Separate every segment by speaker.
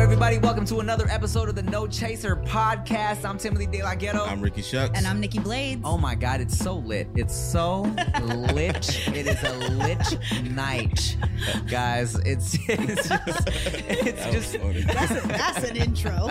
Speaker 1: everybody. Welcome to another episode of the No Chaser podcast. I'm Timothy De La Ghetto.
Speaker 2: I'm Ricky Shucks.
Speaker 3: And I'm Nikki Blades.
Speaker 1: Oh my God, it's so lit. It's so lit. It is a lit night, guys. It's, it's just, it's
Speaker 2: That was
Speaker 1: just,
Speaker 2: funny.
Speaker 3: That's, a, that's an intro.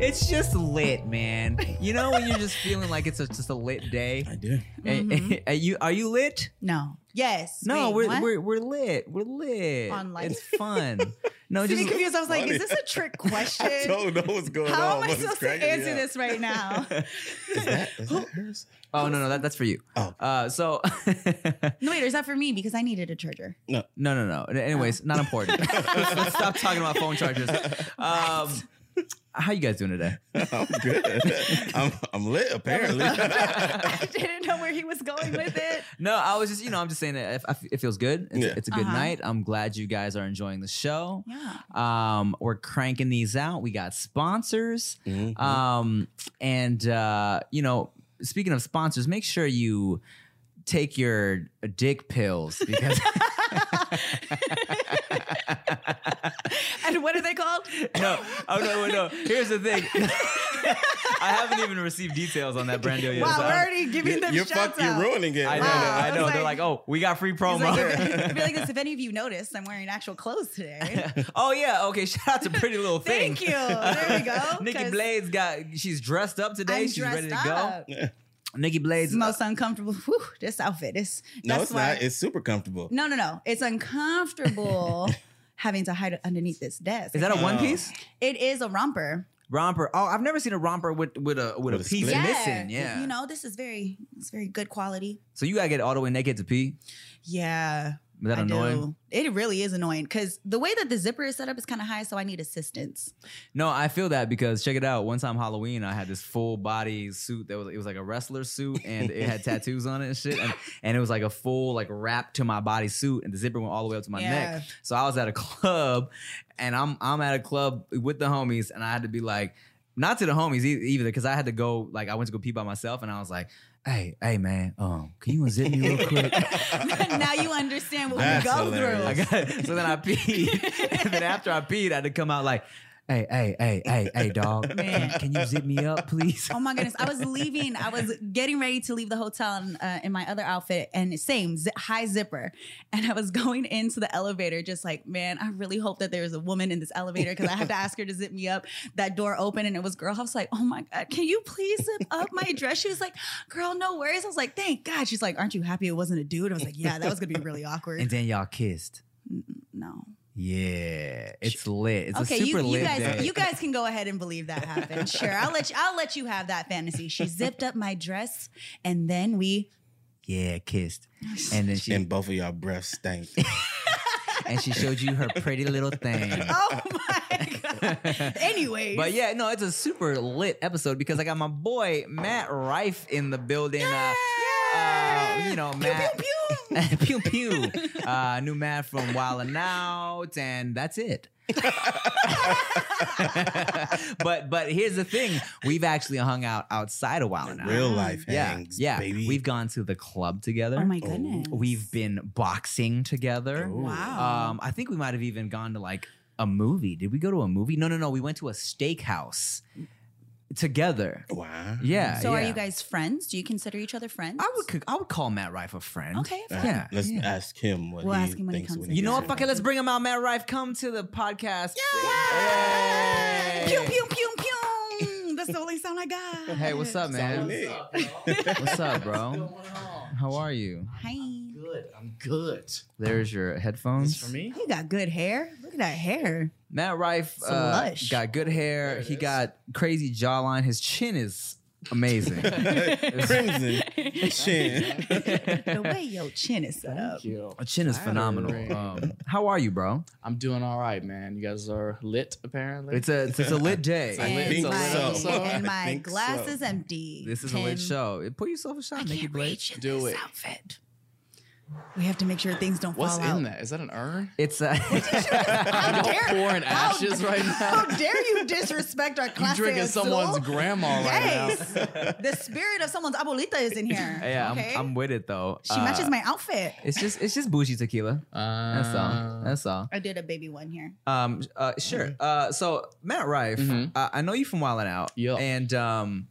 Speaker 1: it's just lit, man. You know when you're just feeling like it's a, just a lit day. Eh,
Speaker 2: I do.
Speaker 3: Mhm.
Speaker 1: Are you are you lit?
Speaker 3: No. Yes.
Speaker 1: No,
Speaker 3: Wait,
Speaker 1: we're,
Speaker 3: what?
Speaker 1: we're we're lit. We're lit.
Speaker 3: On light.
Speaker 1: It's fun. No,
Speaker 3: Just
Speaker 1: just
Speaker 3: confused. I was like,
Speaker 2: Funny.
Speaker 3: is this a trick question?
Speaker 2: I don't know what's going
Speaker 3: How
Speaker 2: on.
Speaker 3: am I
Speaker 2: but it's
Speaker 3: supposed to
Speaker 2: cracking me
Speaker 3: answer
Speaker 2: up.
Speaker 3: this right now?
Speaker 2: Is that, is that hers?
Speaker 1: Oh no, no, that, that's for you.
Speaker 2: Oh.
Speaker 1: Uh, so
Speaker 3: No, wait, or is that for me? Because I needed a charger.
Speaker 1: no, no, no. Anyways, not important. Let's- let's stop talking about phone chargers. Um, how you guys doing today?
Speaker 2: I'm good. I'm, I'm lit, apparently.
Speaker 3: I didn't know where he was going with it.
Speaker 1: No, I was just, you know, I'm just saying that if- if it feels good. It's,
Speaker 2: Yeah.
Speaker 1: it's a good
Speaker 3: Uh-huh.
Speaker 1: night. I'm glad you guys are enjoying the show.
Speaker 3: Yeah.
Speaker 1: Um, we're cranking these out. We got sponsors.
Speaker 2: Mhm.
Speaker 3: Uh,
Speaker 1: Um, and uh, you know, speaking of sponsors, make sure you take your dick pills because
Speaker 3: And what are they called?
Speaker 1: no, oh no, no, no. Here's the thing. I haven't even received details on that brand deal yet.
Speaker 3: wow,
Speaker 1: so
Speaker 3: we're
Speaker 1: I-
Speaker 3: already giving them
Speaker 2: you're
Speaker 3: shouts
Speaker 2: fuck, you're
Speaker 3: out. Ah.
Speaker 2: ruining it.
Speaker 1: I know,
Speaker 3: Wow.
Speaker 1: I know.
Speaker 3: I was
Speaker 1: They're like,
Speaker 3: like-
Speaker 1: oh, we got free
Speaker 3: He's
Speaker 1: promo.
Speaker 3: like, if, it'd be like this, if any of you noticed, I'm wearing actual clothes today.
Speaker 1: oh yeah, okay. Shout out to Pretty Little Thing.
Speaker 3: Thank you. There we go.
Speaker 1: Nikki
Speaker 3: 'Cause
Speaker 1: Blades got. She's dressed up today.
Speaker 3: I'm
Speaker 1: she's ready to
Speaker 3: dressed up.
Speaker 1: go. Nikki
Speaker 3: It's
Speaker 1: Blades. uh,
Speaker 3: the most uncomfortable. Whew, this outfit is.
Speaker 2: No,
Speaker 3: that's
Speaker 2: it's
Speaker 3: why-
Speaker 2: not. It's super comfortable.
Speaker 3: No, no, no. It's uncomfortable having to hide underneath this desk.
Speaker 1: is that a one
Speaker 2: Oh.
Speaker 1: piece
Speaker 3: it is a romper.
Speaker 1: romper? Oh, I've never seen a romper with with a with,
Speaker 2: With
Speaker 1: a
Speaker 2: a
Speaker 1: piece
Speaker 2: split. Yeah.
Speaker 1: missing. Yeah.
Speaker 3: You know, this is very it's very good quality.
Speaker 1: So you gotta get all the way naked to pee.
Speaker 3: Yeah.
Speaker 1: Is that
Speaker 3: I
Speaker 1: annoying?
Speaker 3: do. It really is annoying because the way that the zipper is set up is kind of high, so I need assistance.
Speaker 1: No, I feel that because check it out. One time Halloween, I had this full body suit that was it was like a wrestler suit and it had tattoos on it and shit, and, and it was like a full like wrap to my body suit, and the zipper went all the way up to my neck. So I was at a club, and I'm I'm at a club with the homies, and I had to be like, not to the homies e- either, because I had to go like I went to go pee by myself, and I was like, hey hey man, um, can you unzip me real quick?
Speaker 3: now you understand what
Speaker 2: That's
Speaker 3: we go
Speaker 2: hilarious.
Speaker 1: I
Speaker 3: through.
Speaker 1: got, so then I peed, and then after I peed, I had to come out like, "Hey, hey, hey, hey, hey, dog,
Speaker 3: Man.
Speaker 1: can, can you zip me up, please?"
Speaker 3: Oh my goodness! I was leaving. I was getting ready to leave the hotel in, uh, in my other outfit, and same zi- high zipper. And I was going into the elevator, just like, man, I really hope that there is a woman in this elevator because I had to ask her to zip me up. That door opened, and it was girl. I was like, oh my god, can you please zip up my dress? She was like, girl, no worries. I was like, thank God. She's like, aren't you happy it wasn't a dude? I was like, yeah, that was gonna be really
Speaker 1: And
Speaker 3: awkward.
Speaker 1: then y'all kissed.
Speaker 3: No.
Speaker 1: Yeah, it's lit. It's
Speaker 3: Okay,
Speaker 1: a super
Speaker 3: you, you
Speaker 1: lit
Speaker 3: guys,
Speaker 1: day.
Speaker 3: you guys can go ahead and believe that happened. Sure, I'll let you, I'll let you have that fantasy. She zipped up my dress, and then we
Speaker 1: yeah, kissed, and then she
Speaker 2: And both of y'all breaths stank.
Speaker 1: and she showed you her pretty little thing.
Speaker 3: Oh my god. Anyways.
Speaker 1: But yeah, no, it's a super lit episode because I got my boy Matt Rife in the building. Uh, uh, you know,
Speaker 3: Pew,
Speaker 1: Matt.
Speaker 3: pew, pew.
Speaker 1: pew pew. Uh, new Matt from Wild and Out, and that's it. but but here's the thing: we've actually hung out outside of Wild and Out.
Speaker 2: Real life
Speaker 1: yeah,
Speaker 2: hangs,
Speaker 1: yeah.
Speaker 2: baby.
Speaker 1: We've gone to the club together.
Speaker 3: Oh my
Speaker 2: Oh.
Speaker 3: goodness.
Speaker 1: We've been boxing together.
Speaker 2: Ooh.
Speaker 3: Wow.
Speaker 1: Um, I think we might have even gone to like a movie. Did we go to a movie? No, no, no. We went to a steakhouse together.
Speaker 2: wow.
Speaker 1: Yeah.
Speaker 3: so are
Speaker 1: uh, yeah.
Speaker 3: you guys friends? Do you consider each other friends?
Speaker 1: I would. I would call Matt Rife a friend.
Speaker 3: Okay, fine.
Speaker 2: All right,
Speaker 1: Yeah,
Speaker 2: Let's
Speaker 1: yeah.
Speaker 2: ask him what
Speaker 3: We'll
Speaker 2: he
Speaker 3: ask him when he
Speaker 2: thinks
Speaker 3: comes in.
Speaker 1: You know what?
Speaker 2: gets
Speaker 1: Fuck it.
Speaker 2: here.
Speaker 1: Let's bring him out. Matt Rife, come to the podcast. Hey.
Speaker 3: Pew pew pew pew. That's the only sound I got.
Speaker 1: Hey, what's up, man?
Speaker 2: lit.
Speaker 1: What's up, bro?
Speaker 4: going on?
Speaker 1: How are you?
Speaker 3: Hi. You
Speaker 4: Good. I'm good.
Speaker 1: There's your headphones.
Speaker 4: This for me?
Speaker 3: got good hair. Look at that hair.
Speaker 1: Matt Rife
Speaker 3: It's
Speaker 1: uh,
Speaker 3: lush.
Speaker 1: got good hair.
Speaker 4: There it
Speaker 1: He
Speaker 4: is.
Speaker 1: got crazy jawline. His chin is amazing.
Speaker 2: Crimson. Shin.
Speaker 3: The way your chin is set up.
Speaker 4: Thank you.
Speaker 1: A chin is phenomenal. Um, how are you, bro?
Speaker 4: I'm doing all right, man. You guys are lit, apparently.
Speaker 1: It's a it's, it's a lit
Speaker 4: I
Speaker 1: day.
Speaker 4: lit-
Speaker 3: And
Speaker 4: think
Speaker 3: my,
Speaker 4: so.
Speaker 3: and
Speaker 2: I
Speaker 3: my
Speaker 2: think
Speaker 3: glass
Speaker 2: so.
Speaker 3: is empty.
Speaker 1: This is a lit
Speaker 3: Tim,
Speaker 1: show. Put yourself a shot,
Speaker 3: I
Speaker 1: Nikki
Speaker 3: can't
Speaker 1: Blake.
Speaker 3: reach in
Speaker 4: Do
Speaker 3: this
Speaker 4: it.
Speaker 3: outfit. We have to make sure things don't
Speaker 4: What's
Speaker 3: fall out.
Speaker 4: in that? Is that an urn?
Speaker 1: It's uh,
Speaker 4: Y'all
Speaker 3: dare-
Speaker 4: pouring
Speaker 3: How-
Speaker 4: ashes right
Speaker 3: How
Speaker 4: now.
Speaker 3: dare you disrespect our
Speaker 4: You
Speaker 3: class?
Speaker 4: drinking someone's grandma right now.
Speaker 3: Yes. the spirit of someone's abuelita is in here.
Speaker 1: yeah,
Speaker 3: okay?
Speaker 1: I'm, I'm with it though.
Speaker 3: she
Speaker 1: Uh,
Speaker 3: matches my outfit.
Speaker 1: It's just it's just bougie tequila.
Speaker 4: Uh,
Speaker 1: That's all. That's all.
Speaker 3: I did a baby one here.
Speaker 1: Um, uh, sure. Uh, so Matt Rife,
Speaker 4: Mhm.
Speaker 1: uh, I know you from Wild 'N Out.
Speaker 4: Yeah.
Speaker 1: And um,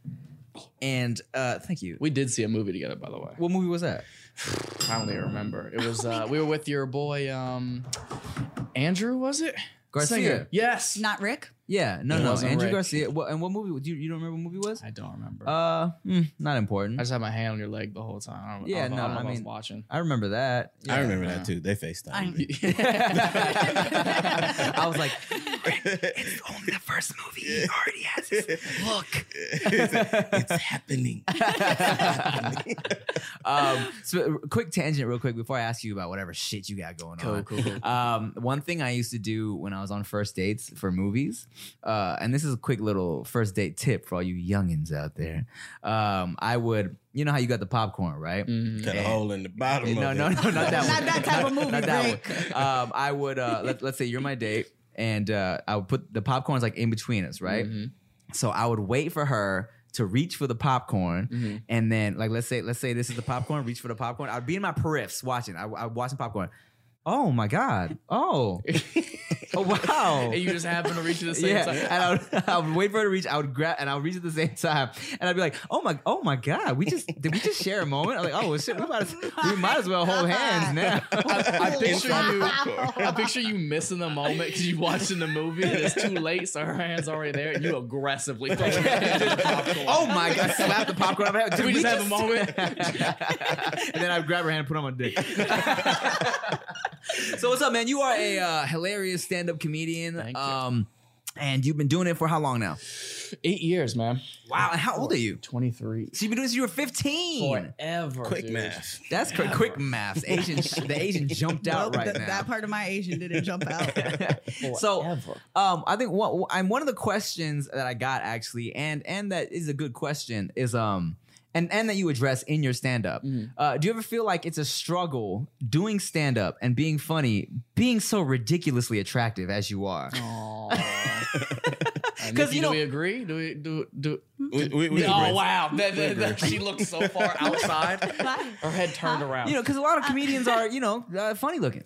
Speaker 1: and uh, thank you.
Speaker 4: we did see a movie together, by the way.
Speaker 1: What movie was that?
Speaker 4: I don't
Speaker 1: Oh.
Speaker 4: even remember. It was uh, we were with your boy um, Andrew, was it?
Speaker 1: Garcia.
Speaker 4: Singer. Yes.
Speaker 3: Not Rick.
Speaker 1: Yeah. No,
Speaker 4: It
Speaker 1: no.
Speaker 4: wasn't
Speaker 1: Andrew
Speaker 4: Rick.
Speaker 1: Garcia. What, and what movie? Do you, you don't remember what movie it was?
Speaker 4: I don't remember.
Speaker 1: Uh, hmm, not important. I,
Speaker 4: I just had my hand on your leg the whole time. I don't,
Speaker 1: Yeah,
Speaker 4: I don't,
Speaker 1: no,
Speaker 4: I, don't know
Speaker 1: I
Speaker 4: if I was
Speaker 1: mean-
Speaker 4: watching.
Speaker 1: remember that.
Speaker 2: I
Speaker 1: Yeah.
Speaker 2: remember
Speaker 4: Yeah.
Speaker 2: that too. They FaceTime.
Speaker 3: I'm-
Speaker 2: me.
Speaker 1: I was like,
Speaker 2: it's
Speaker 1: only the first movie. He already has look.
Speaker 2: it's happening.
Speaker 1: um, so quick tangent, real quick, before I ask you about whatever shit you got going on.
Speaker 4: cool, cool.
Speaker 1: Um, one thing I used to do when I was on first dates for movies, uh, and this is a quick little first date tip for all you youngins out there. Um, I would, you know how you got the popcorn, right?
Speaker 4: Mm.
Speaker 2: Cut a hole in the bottom.
Speaker 1: No,
Speaker 2: of
Speaker 1: no,
Speaker 2: it.
Speaker 1: no, not that
Speaker 3: Not
Speaker 1: one.
Speaker 3: that type of movie,
Speaker 1: Not that one. Um, I would, uh, let, let's say you're my date, and uh, I would put the popcorns like in between us, right?
Speaker 4: Mhm,
Speaker 1: So I would wait for her to reach for the popcorn.
Speaker 4: mhm.
Speaker 1: And then, like, let's say, let's say this is the popcorn. Reach for the popcorn. I'd be in my periffs watching. I, I watching popcorn. Oh my god. Oh. oh wow.
Speaker 4: Mm-hmm. And you just happen to reach at the same
Speaker 1: yeah,
Speaker 4: time.
Speaker 1: and I would, I would wait for her to reach. I would grab, and I would reach at the same time, and I'd be like, "Oh my, oh my God, we just did we just share a moment?" I'm like, "Oh well, shit, we might as, we might as well hold hands now."
Speaker 4: I, I picture you.
Speaker 3: Wow.
Speaker 4: I picture you missing the moment because you watching the movie and it's too late, so her hand's already there, and you aggressively. throw your hand in the popcorn.
Speaker 1: oh my God, slap the popcorn up. Did
Speaker 4: Did we just have a moment?
Speaker 1: and then I would grab her hand and put on my dick. so what's up, man? You are a uh, hilarious stand-up comedian.
Speaker 4: Thank you.
Speaker 1: Um, and you've been doing it for how long now?
Speaker 4: Eight years, man.
Speaker 1: Wow. And how old are you?
Speaker 4: Twenty three.
Speaker 1: So you've been doing this. since You were 15.
Speaker 4: Forever.
Speaker 2: Quick
Speaker 4: dude.
Speaker 2: math.
Speaker 1: That's cr- quick maths. Asian, the Asian jumped out
Speaker 3: Well,
Speaker 1: right
Speaker 3: th-
Speaker 1: now.
Speaker 3: That part of my Asian didn't jump out.
Speaker 1: so
Speaker 4: Forever.
Speaker 1: um, I think one, I'm one of the questions that I got actually, and and that is a good question is um. And, and that you address in your stand up.
Speaker 4: Mhm.
Speaker 1: Uh, do you ever feel like it's a struggle doing stand up and being funny, being so ridiculously attractive as you are?
Speaker 4: Because
Speaker 1: 'Cause, you
Speaker 4: do
Speaker 1: know-
Speaker 4: we agree? Do we do do?
Speaker 2: We, we, we
Speaker 4: oh
Speaker 2: agree.
Speaker 4: wow! That, that, that, she looked so far outside.
Speaker 3: Why?
Speaker 4: Her head turned around.
Speaker 1: You know, because a lot of comedians are, you know, uh, funny looking.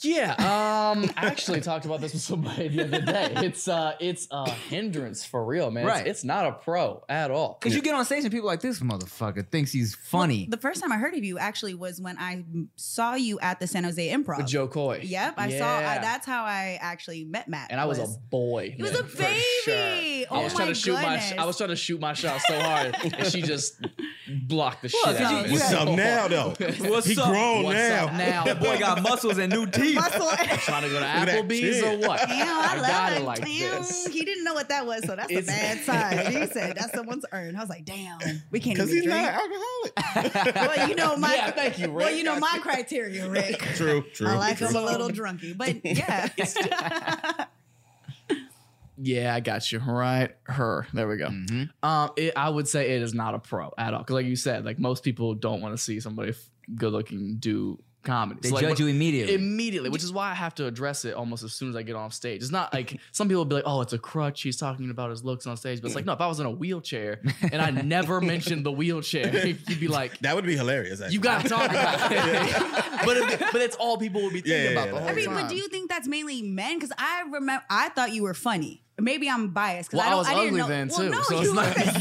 Speaker 4: yeah. Um, I actually talked about this with somebody the other day. It's uh, it's a hindrance for real, man. It's-
Speaker 1: Right.
Speaker 4: It's, not a pro at all.
Speaker 1: Because you get on stage and people are like, this motherfucker thinks he's funny.
Speaker 3: The first time I heard of you actually was when I saw you at the San Jose Improv.
Speaker 4: with Joe Coy.
Speaker 3: Yep, I saw.
Speaker 4: Yeah.
Speaker 3: I, that's how I actually met Matt.
Speaker 4: and I was, a boy.
Speaker 3: He was
Speaker 4: then,
Speaker 3: a
Speaker 4: for sure.
Speaker 3: baby! Oh
Speaker 4: I was
Speaker 3: my
Speaker 4: trying to shoot my. sh-
Speaker 3: goodness.
Speaker 4: I was trying to shoot my shot so hard, and she just blocked the
Speaker 1: Well,
Speaker 4: shit.
Speaker 1: 'cause
Speaker 4: out
Speaker 1: you-
Speaker 4: of me.
Speaker 1: you
Speaker 2: What's
Speaker 1: had-
Speaker 2: up now, though?
Speaker 1: What's
Speaker 2: he
Speaker 1: up?
Speaker 2: grown
Speaker 4: What's
Speaker 2: now.
Speaker 4: up now?
Speaker 1: that boy got muscles and new teeth.
Speaker 3: Muscle.
Speaker 4: Trying to go to
Speaker 2: Look at that
Speaker 4: Applebee's or
Speaker 2: chin.
Speaker 4: what?
Speaker 3: Damn, I, love
Speaker 4: got
Speaker 3: it.
Speaker 4: it like
Speaker 3: Damn,
Speaker 4: this.
Speaker 3: He didn't know what that was, so that's
Speaker 4: It's-
Speaker 3: a bad sign. He said that's someone's earned. I was like, damn, we can't even
Speaker 2: Because he's
Speaker 3: drink.
Speaker 2: not alcoholic.
Speaker 3: well, you know my.
Speaker 4: Yeah, thank you, Rick.
Speaker 3: Well, you know my criteria, Rick.
Speaker 2: true, true.
Speaker 3: I like
Speaker 2: true.
Speaker 3: him a little drunky, but yeah.
Speaker 4: Yeah, I got you. Right, her. There we go.
Speaker 1: Mm-hmm.
Speaker 4: Um, it, I would say it is not a pro at all. Because, like you said, like most people don't want to see somebody f- good-looking do comedy.
Speaker 1: They
Speaker 4: So, like,
Speaker 1: judge
Speaker 4: what-
Speaker 1: you immediately.
Speaker 4: immediately, which is why I have to address it almost as soon as I get off stage. It's not like some people be like, "Oh, it's a crutch." He's talking about his looks on stage, but it's like, no. If I was in a wheelchair and I never mentioned the wheelchair, you'd be like,
Speaker 2: That would be hilarious.
Speaker 4: "You
Speaker 2: actually.
Speaker 4: got to talk about it." but if, but it's all people would be thinking
Speaker 2: Yeah, yeah,
Speaker 4: about
Speaker 2: yeah,
Speaker 4: the
Speaker 2: like-
Speaker 4: whole
Speaker 3: I mean,
Speaker 4: time.
Speaker 3: but do you think that's mainly men? Because I remember, I thought you were funny. Maybe I'm biased because
Speaker 4: Well,
Speaker 3: I,
Speaker 4: I
Speaker 3: don't-
Speaker 4: was
Speaker 3: I didn't
Speaker 4: ugly
Speaker 3: know.
Speaker 4: then,
Speaker 3: well,
Speaker 4: too,
Speaker 3: No, you
Speaker 4: so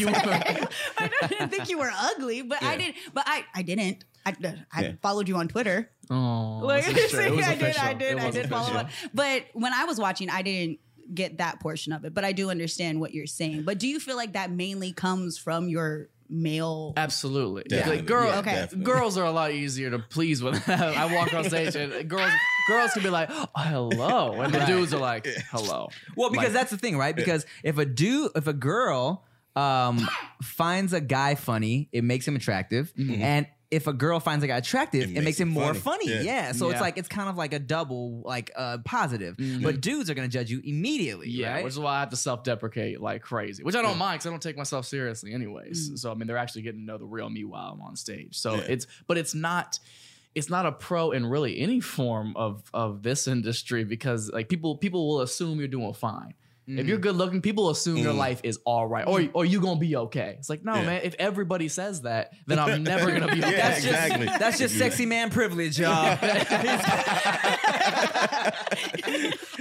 Speaker 4: it's not-
Speaker 3: weren't.
Speaker 4: you were-
Speaker 3: I didn't think you were ugly, but I
Speaker 4: Yeah.
Speaker 3: did. But I, I didn't. I, I
Speaker 2: Yeah.
Speaker 3: followed you on Twitter.
Speaker 4: Oh,
Speaker 3: Like,
Speaker 4: this is true. It was
Speaker 3: I did, I
Speaker 4: official. It
Speaker 3: did, I
Speaker 4: was
Speaker 3: did follow
Speaker 4: official.
Speaker 3: up. But when I was watching, I didn't get that portion of it. But I do understand what you're saying. But do you feel like that mainly comes from your male?
Speaker 4: Uh, Absolutely. Yeah.
Speaker 2: Definitely.
Speaker 4: Like girl,
Speaker 2: Yeah,
Speaker 3: Okay.
Speaker 2: definitely.
Speaker 4: girls are a lot easier to please when I walk on stage and girls girls can be like, oh, hello. And the
Speaker 1: Right.
Speaker 4: dudes are like, hello.
Speaker 1: Well, because
Speaker 4: Like-
Speaker 1: that's the thing, right? Because if a dude, if a girl um, finds a guy funny, it makes him attractive,
Speaker 4: Mm-hmm.
Speaker 1: and if a girl finds a guy attractive, it, makes, him, more funny. Yeah. So it's
Speaker 4: Yeah. Mm-hmm.
Speaker 1: like it's kind of like a double, like uh, positive. But dudes are gonna judge you immediately,
Speaker 4: Yeah,
Speaker 1: right?
Speaker 4: which is why I have to self deprecate like crazy, which I don't mind because I don't take myself seriously, anyways. So, I mean, they're actually getting to know the real me while I'm on stage. So,
Speaker 2: Mm. Yeah.
Speaker 4: it's, but it's not, it's not a pro in really any form of of this industry because like people people will assume you're doing fine.
Speaker 1: Mm-hmm.
Speaker 4: If you're good looking, people assume your
Speaker 2: Mm.
Speaker 4: life is all right, or or you gonna be okay. It's like no,
Speaker 2: Yeah.
Speaker 4: man. If everybody says that, then I'm never gonna be
Speaker 2: Yeah,
Speaker 4: okay.
Speaker 1: That's just-
Speaker 2: exactly.
Speaker 1: That's just
Speaker 2: Yeah.
Speaker 1: sexy man privilege, y'all.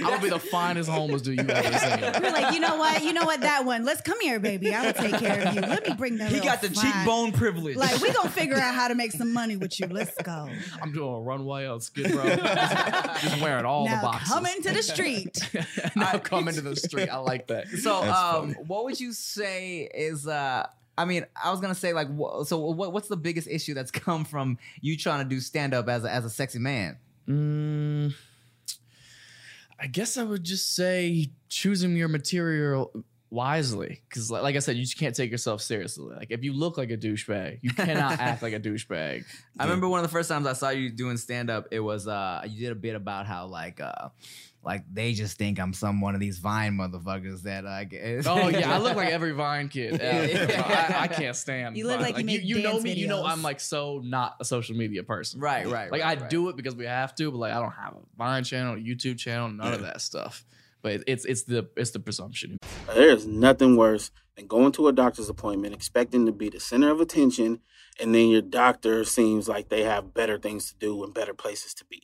Speaker 4: I would be the finest homeless dude you've ever seen.
Speaker 3: We're like, you know what? You know what? That one. Let's come here, baby. I will take care of you. Let me bring that.
Speaker 1: he got the cheekbone privilege.
Speaker 3: Like, we gonna figure out how to make some money with you. Let's go.
Speaker 4: I'm doing a runway on Skid Row, just, just wearing all the
Speaker 3: now
Speaker 4: boxes.
Speaker 3: come into the street.
Speaker 4: now come into the street. I like that.
Speaker 1: so,
Speaker 2: That's
Speaker 1: um,
Speaker 2: funny.
Speaker 1: what would you say is? uh I mean, I was gonna say like, wha- so what, what's the biggest issue that's come from you trying to do stand up as a, as a sexy man?
Speaker 4: Mm, I guess I would just say choosing your material wisely, because like, like I said, you just can't take yourself seriously. Like if you look like a douchebag, you cannot act like a douchebag.
Speaker 1: I remember one of the first times I saw you doing stand up, it was uh you did a bit about how like uh like they just think I'm some one of these Vine motherfuckers that I guess.
Speaker 4: Oh yeah, I look like every Vine kid.
Speaker 1: Yeah.
Speaker 4: I, I can't stand.
Speaker 3: You look
Speaker 4: Vine.
Speaker 3: like you make
Speaker 4: you know
Speaker 3: dance
Speaker 4: me. You know
Speaker 3: videos.
Speaker 4: I'm like so not a social media person.
Speaker 1: right, right.
Speaker 4: Like
Speaker 1: right,
Speaker 4: I
Speaker 1: right.
Speaker 4: do it because we have to, but like I don't have a Vine channel, YouTube channel, none of
Speaker 2: Yeah.
Speaker 4: that stuff. But it's it's the it's the presumption.
Speaker 5: There is nothing worse than going to a doctor's appointment expecting to be the center of attention, and then your doctor seems like they have better things to do and better places to be.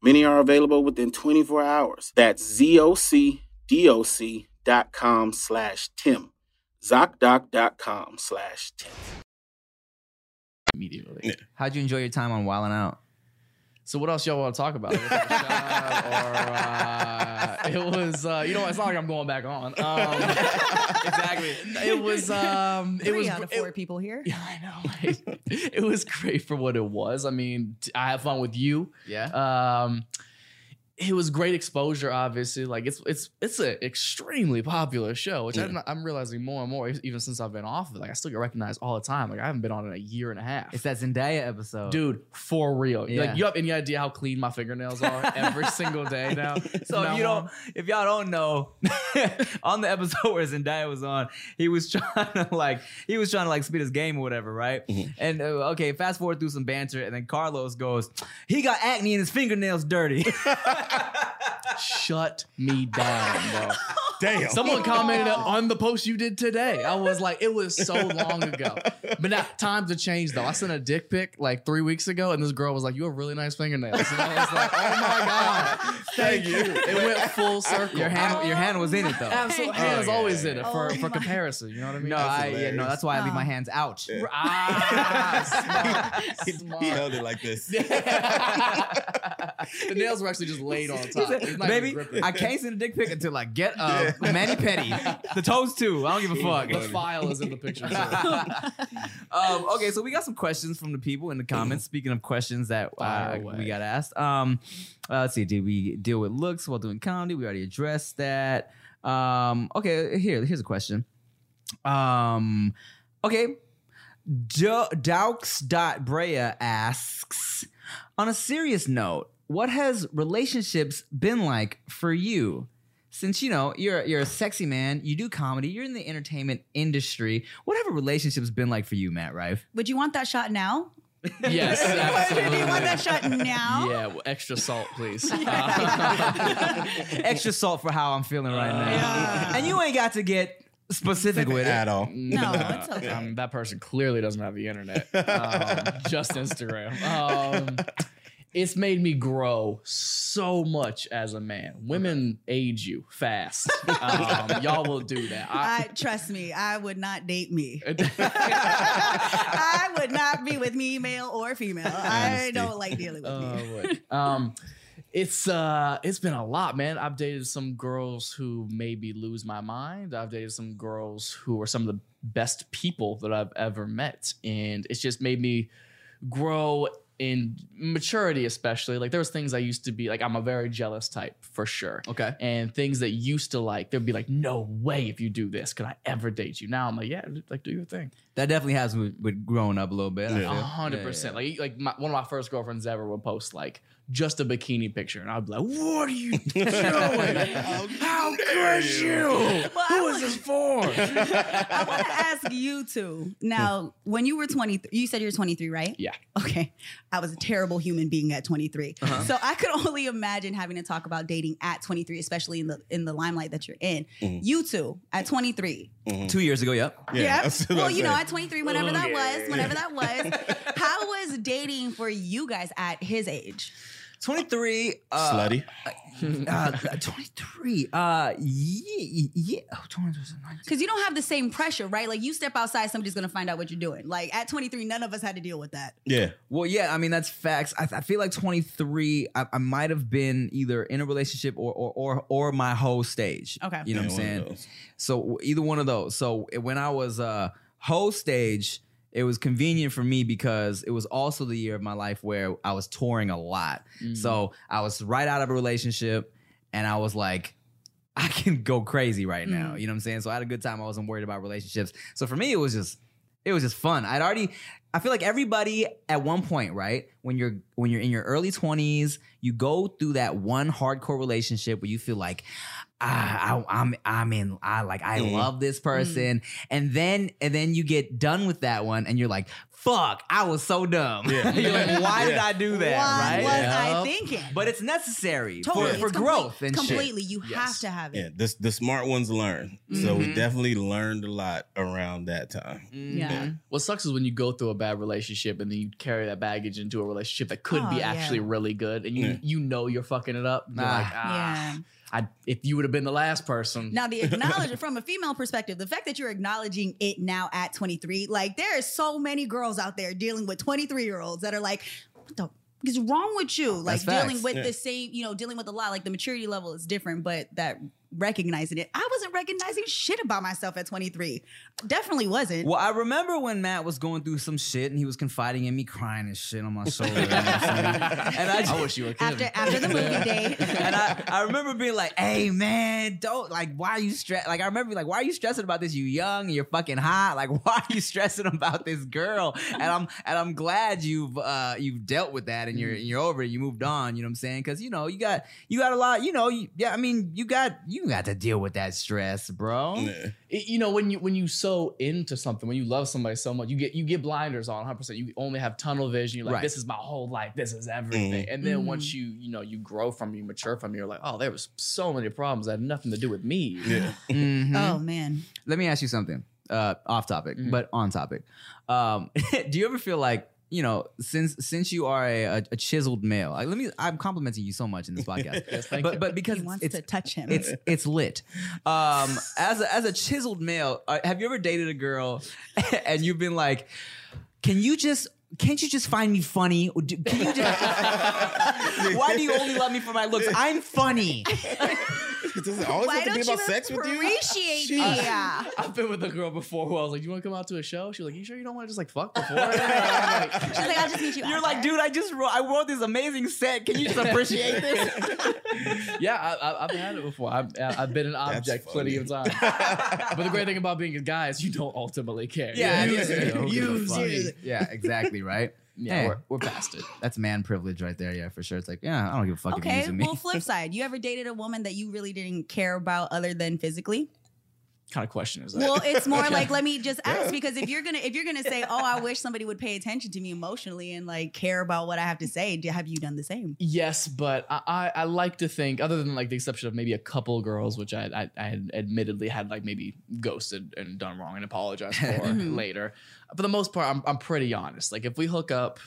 Speaker 5: Many are available within 24 hours. That's ZocDoc.com slash Tim. ZocDoc.com slash Tim.
Speaker 4: immediately.
Speaker 2: Yeah.
Speaker 1: How'd you enjoy your time on Wildin' Out?
Speaker 4: So what else y'all want to talk about? It was, like, shot or, uh, it was, uh, you know, it's not like I'm going back on. Um, exactly. It was. Um, it
Speaker 3: Three
Speaker 4: was.
Speaker 3: out of
Speaker 4: it-
Speaker 3: four people here.
Speaker 4: yeah, I know. right? it was great for what it was. I mean, t- I had fun with you.
Speaker 1: Yeah.
Speaker 4: Um, it was great exposure, obviously. Like it's it's it's an extremely popular show, which
Speaker 2: Yeah.
Speaker 4: I'm, I'm realizing more and more, e, even since I've been off of it. Like I still get recognized all the time. Like I haven't been on in a year and a half.
Speaker 1: It's that Zendaya episode.
Speaker 4: Dude, for real.
Speaker 1: Yeah.
Speaker 4: Like, you have any idea how clean my fingernails are every single day now?
Speaker 1: So
Speaker 4: Now
Speaker 1: if you
Speaker 4: on.
Speaker 1: don't, if y'all don't know, on the episode where Zendaya was on, he was trying to like, he was trying to like speed his game or whatever, right?
Speaker 4: Mm-hmm.
Speaker 2: Mhm.
Speaker 1: And uh, okay, fast forward through some banter, and then Carlos goes, he got acne and his fingernails dirty.
Speaker 4: shut me down, bro.
Speaker 2: Damn.
Speaker 4: Someone commented on the post you did today. I was like, it was so long ago. But now times have changed though. I sent a dick pic like three weeks ago, and this girl was like, "You have really nice fingernails." And I was like, "Oh my god,
Speaker 2: Thank you.
Speaker 4: it went full circle."
Speaker 1: your hand, your hand was in it though.
Speaker 4: absolutely,
Speaker 3: Oh,
Speaker 4: hands
Speaker 2: yeah,
Speaker 4: always
Speaker 2: yeah,
Speaker 4: in it
Speaker 3: yeah.
Speaker 4: for,
Speaker 3: Oh
Speaker 4: for
Speaker 3: my-
Speaker 4: comparison. You know what I mean?
Speaker 1: No, I, yeah, no,
Speaker 2: hilarious.
Speaker 1: that's why I leave my
Speaker 3: Oh.
Speaker 1: hands out.
Speaker 2: Yeah.
Speaker 4: Ah,
Speaker 2: He,
Speaker 4: smart,
Speaker 2: he
Speaker 4: smart.
Speaker 2: held it like this.
Speaker 4: the nails were actually just laid on top. It's not even
Speaker 1: Baby,
Speaker 4: gripping.
Speaker 1: I can't send a dick pic until I get a mani pedi. The toes too. I don't give a fuck.
Speaker 4: the file is in the picture. too.
Speaker 1: um, okay, so we got some questions from the people in the comments. Speaking of questions that uh,
Speaker 4: Mm. Fire away.
Speaker 1: we got asked, um, uh, let's see, did we deal with looks while doing comedy? We already addressed that. Um, okay, here, here's a question. Um, okay, Do- Deux.brea asks, on a serious note, what has relationships been like for you? Since you know you're you're a sexy man, you do comedy, you're in the entertainment industry. What have a relationship's been like for you, Matt Rife?
Speaker 3: Would you want that shot now?
Speaker 4: Yes,
Speaker 3: Would you want
Speaker 4: absolutely.
Speaker 3: that shot now?
Speaker 4: Yeah, well, extra salt, please.
Speaker 1: Extra salt for how I'm feeling right now.
Speaker 3: Yeah.
Speaker 1: And you ain't got to get specific with it.
Speaker 2: At all.
Speaker 3: No, it's okay.
Speaker 4: Um, that person clearly doesn't have the internet, um, just Instagram. Um, it's made me grow so much as a man. Women age you fast. Um, y'all will do that.
Speaker 3: I
Speaker 4: I,
Speaker 3: trust me, I would not date me. I would not be with me, male or female. I
Speaker 2: Honesty.
Speaker 3: don't like dealing with
Speaker 4: Oh,
Speaker 3: me.
Speaker 4: wait. um, it's uh, it's been a lot, man. I've dated some girls who maybe lose my mind. I've dated some girls who are some of the best people that I've ever met, and it's just made me grow in maturity, especially. Like there was things I used to be like. I'm a very jealous type for sure.
Speaker 1: Okay.
Speaker 4: And things that used to like, they'd be like, "No way! If you do this, could I ever date you?" Now I'm like, "Yeah, like do your thing."
Speaker 1: That definitely has with, with growing up a little bit. I
Speaker 2: Yeah.
Speaker 1: feel.
Speaker 4: A hundred percent.
Speaker 1: Yeah,
Speaker 4: Like like my, one of my first girlfriends ever would post like just a bikini picture, and I'd be like, "What are you doing?
Speaker 2: How
Speaker 4: How
Speaker 2: dare
Speaker 4: could
Speaker 2: you?"
Speaker 4: you?
Speaker 3: Well, I
Speaker 4: Who is this for?"
Speaker 3: Mm. I want to ask you two.
Speaker 1: Hmm.
Speaker 3: Now, when you were 23, you said you're 23, right?
Speaker 4: Yeah.
Speaker 3: Okay. I was a terrible human being at 23.
Speaker 1: Uh-huh.
Speaker 3: So I could only imagine having to talk about dating at 23, especially in the in the limelight that you're in.
Speaker 1: Mm-hmm.
Speaker 2: Mhm.
Speaker 3: You two at 23.
Speaker 1: yeah. Two years ago, yep.
Speaker 2: Mm-hmm. Yeah,
Speaker 3: Yep.
Speaker 2: that's what
Speaker 3: Well,
Speaker 2: I'm
Speaker 3: you know,
Speaker 2: saying.
Speaker 3: at 23, whenever that
Speaker 4: Okay.
Speaker 3: was, whenever that was, how was dating for you guys at his age?
Speaker 1: 23. Uh,
Speaker 2: Slutty.
Speaker 1: uh, 23. Uh, yeah. yeah. Oh, 23.
Speaker 3: Because you don't have the same pressure, right? Like you step outside, somebody's gonna find out what you're doing. Like at 23, none of us had to deal with that.
Speaker 2: Yeah.
Speaker 1: Well, yeah, I mean that's facts. I, I feel like 23, I, I might have been either in a relationship or or or, or my whole stage.
Speaker 3: Okay.
Speaker 1: you know
Speaker 2: Yeah,
Speaker 1: what I'm
Speaker 2: one of
Speaker 1: saying.
Speaker 2: those.
Speaker 1: So either one of those. So when I was uh whole stage, it was convenient for me because it was also the year of my life where I was touring a lot.
Speaker 2: Mm.
Speaker 1: So I was right out of a relationship, and I was like. I can go crazy right now.
Speaker 2: Mm.
Speaker 3: Mhm.
Speaker 1: You know what I'm saying? So I had a good time. I wasn't worried about relationships. So for me, it was just it was just fun. I'd already I feel like everybody at one point, right? When you're when you're in your early 20s, you go through that one hardcore relationship where you feel like ah, I, I'm I'm in I like I
Speaker 2: Mhm.
Speaker 1: love this person, and then and then you get done with that one, and you're like, fuck, I was so dumb.
Speaker 2: Yeah.
Speaker 1: you're like, why did
Speaker 2: Yeah.
Speaker 1: I do that?
Speaker 3: Why
Speaker 1: right?
Speaker 3: was
Speaker 4: Yeah.
Speaker 3: I thinking?
Speaker 1: But it's necessary for-
Speaker 3: Totally,
Speaker 1: for,
Speaker 3: it's complete-
Speaker 1: growth and shit.
Speaker 3: completely, you
Speaker 4: Yes.
Speaker 3: have to have
Speaker 2: Yeah,
Speaker 3: it.
Speaker 2: this the smart ones learn. So we
Speaker 1: Mhm.
Speaker 2: definitely learned a lot around that time.
Speaker 1: Mhm.
Speaker 3: Yeah.
Speaker 4: What sucks is when you go through a bad relationship and then you carry that baggage into a relationship that could
Speaker 3: Oh,
Speaker 4: be
Speaker 3: yeah.
Speaker 4: actually really good, and you
Speaker 2: Yeah.
Speaker 4: you know you're fucking it up. You're
Speaker 1: Ah.
Speaker 4: like, ah,
Speaker 3: Yeah.
Speaker 4: I, if you would have been the last person,
Speaker 3: Now the acknowledgement from a female perspective, the fact that you're acknowledging it now at 23, like there are so many girls out there dealing with 23 year olds that are like, what the f- is wrong with you? Like
Speaker 1: That's
Speaker 3: dealing
Speaker 1: facts.
Speaker 3: with
Speaker 2: Yeah.
Speaker 3: the same, you know, dealing with a lot. Like the maturity level is different, but that recognizing it, I wasn't recognizing shit about myself at 23. Definitely wasn't.
Speaker 1: Well, I remember when Matt was going through some shit and he was confiding in me, crying and shit on my shoulder. you know what I'm saying? and I,
Speaker 4: I wish you were
Speaker 3: After
Speaker 4: kidding.
Speaker 3: after the movie date,
Speaker 1: and I, I remember being like, hey man, don't like why are you stress like I remember being like why are you stressing about this? You young and you're fucking hot. Like why are you stressing about this girl? And I'm and I'm glad you've uh you've dealt with that and you're
Speaker 3: Mm-hmm.
Speaker 1: and you're over it, you moved on, you know what I'm saying? Cause you know, you got you got a lot, you know, you, yeah, I mean, you got you got to deal with that stress, bro.
Speaker 2: Yeah.
Speaker 4: it- you know when you when you so into something when you love somebody so much you get you get blinders on 100 percent. you only have tunnel vision you're like
Speaker 1: Right. Mm-hmm.
Speaker 4: this is my whole life this is everything and then once you you know you grow from it, you mature from it, you're like oh there was so many problems that had nothing to do with me
Speaker 2: Yeah.
Speaker 1: Mhm.
Speaker 3: oh man.
Speaker 1: Let me ask you something. Uh, off topic,
Speaker 3: Mm-hmm.
Speaker 4: Mm.
Speaker 1: but on topic. Um, do you ever feel like you know, since since you are a, a, a chiseled male, I, let me. I'm complimenting you so much in this podcast,
Speaker 4: Yes, thank
Speaker 1: but
Speaker 4: you.
Speaker 1: but because
Speaker 3: He wants
Speaker 1: it's
Speaker 3: to touch him.
Speaker 1: it's it's lit. Um, as a, as a chiseled male, uh, have you ever dated a girl and you've been like, can you just can't you just find me funny? Or do, can you just, why do you only love me for my looks? I'm funny.
Speaker 2: Does it always
Speaker 3: Why
Speaker 2: have to be
Speaker 3: don't you
Speaker 2: about sex with you?
Speaker 3: appreciate me?
Speaker 2: Jeez.
Speaker 3: Yeah.
Speaker 4: I've been with a girl before who I was like, "You want to come out to a show?" She was like, "You sure you don't want to just like fuck before?" I'm like,
Speaker 3: She's like, I'll just meet you.
Speaker 1: You're
Speaker 3: out
Speaker 1: like,
Speaker 3: there."
Speaker 1: dude, I just wrote, I wrote this amazing set. Can you just appreciate this?
Speaker 4: yeah, I, I, I've had it before. I've, I've been an object plenty of times. but the great thing about being a guy is you don't ultimately care.
Speaker 1: Yeah,
Speaker 4: Use
Speaker 1: yeah,
Speaker 4: me.
Speaker 1: yeah.
Speaker 4: Who gives a
Speaker 1: Use Eh.
Speaker 4: fuck?
Speaker 1: me. Yeah, exactly, right?
Speaker 4: Yeah,
Speaker 1: Hey.
Speaker 4: we're, we're past it.
Speaker 1: That's man privilege right there, yeah, for sure. It's like, yeah, I don't give a fuck if
Speaker 3: Okay.
Speaker 1: you're using me.
Speaker 3: Well, flip side, you ever dated a woman that you really didn't care about other than physically?
Speaker 4: kind of question is that?
Speaker 3: Well, it's more like let me just ask because if you're gonna if you're gonna say, oh, I wish somebody would pay attention to me emotionally and like care about what I have to say, do- have you done the same?
Speaker 4: yes, but I, I, I like to think, other than like the exception of maybe a couple girls, which I, I, I had admittedly had like maybe ghosted and done wrong and apologized for
Speaker 3: Mhm.
Speaker 4: later. For the most part, I'm, I'm pretty honest. Like if we hook up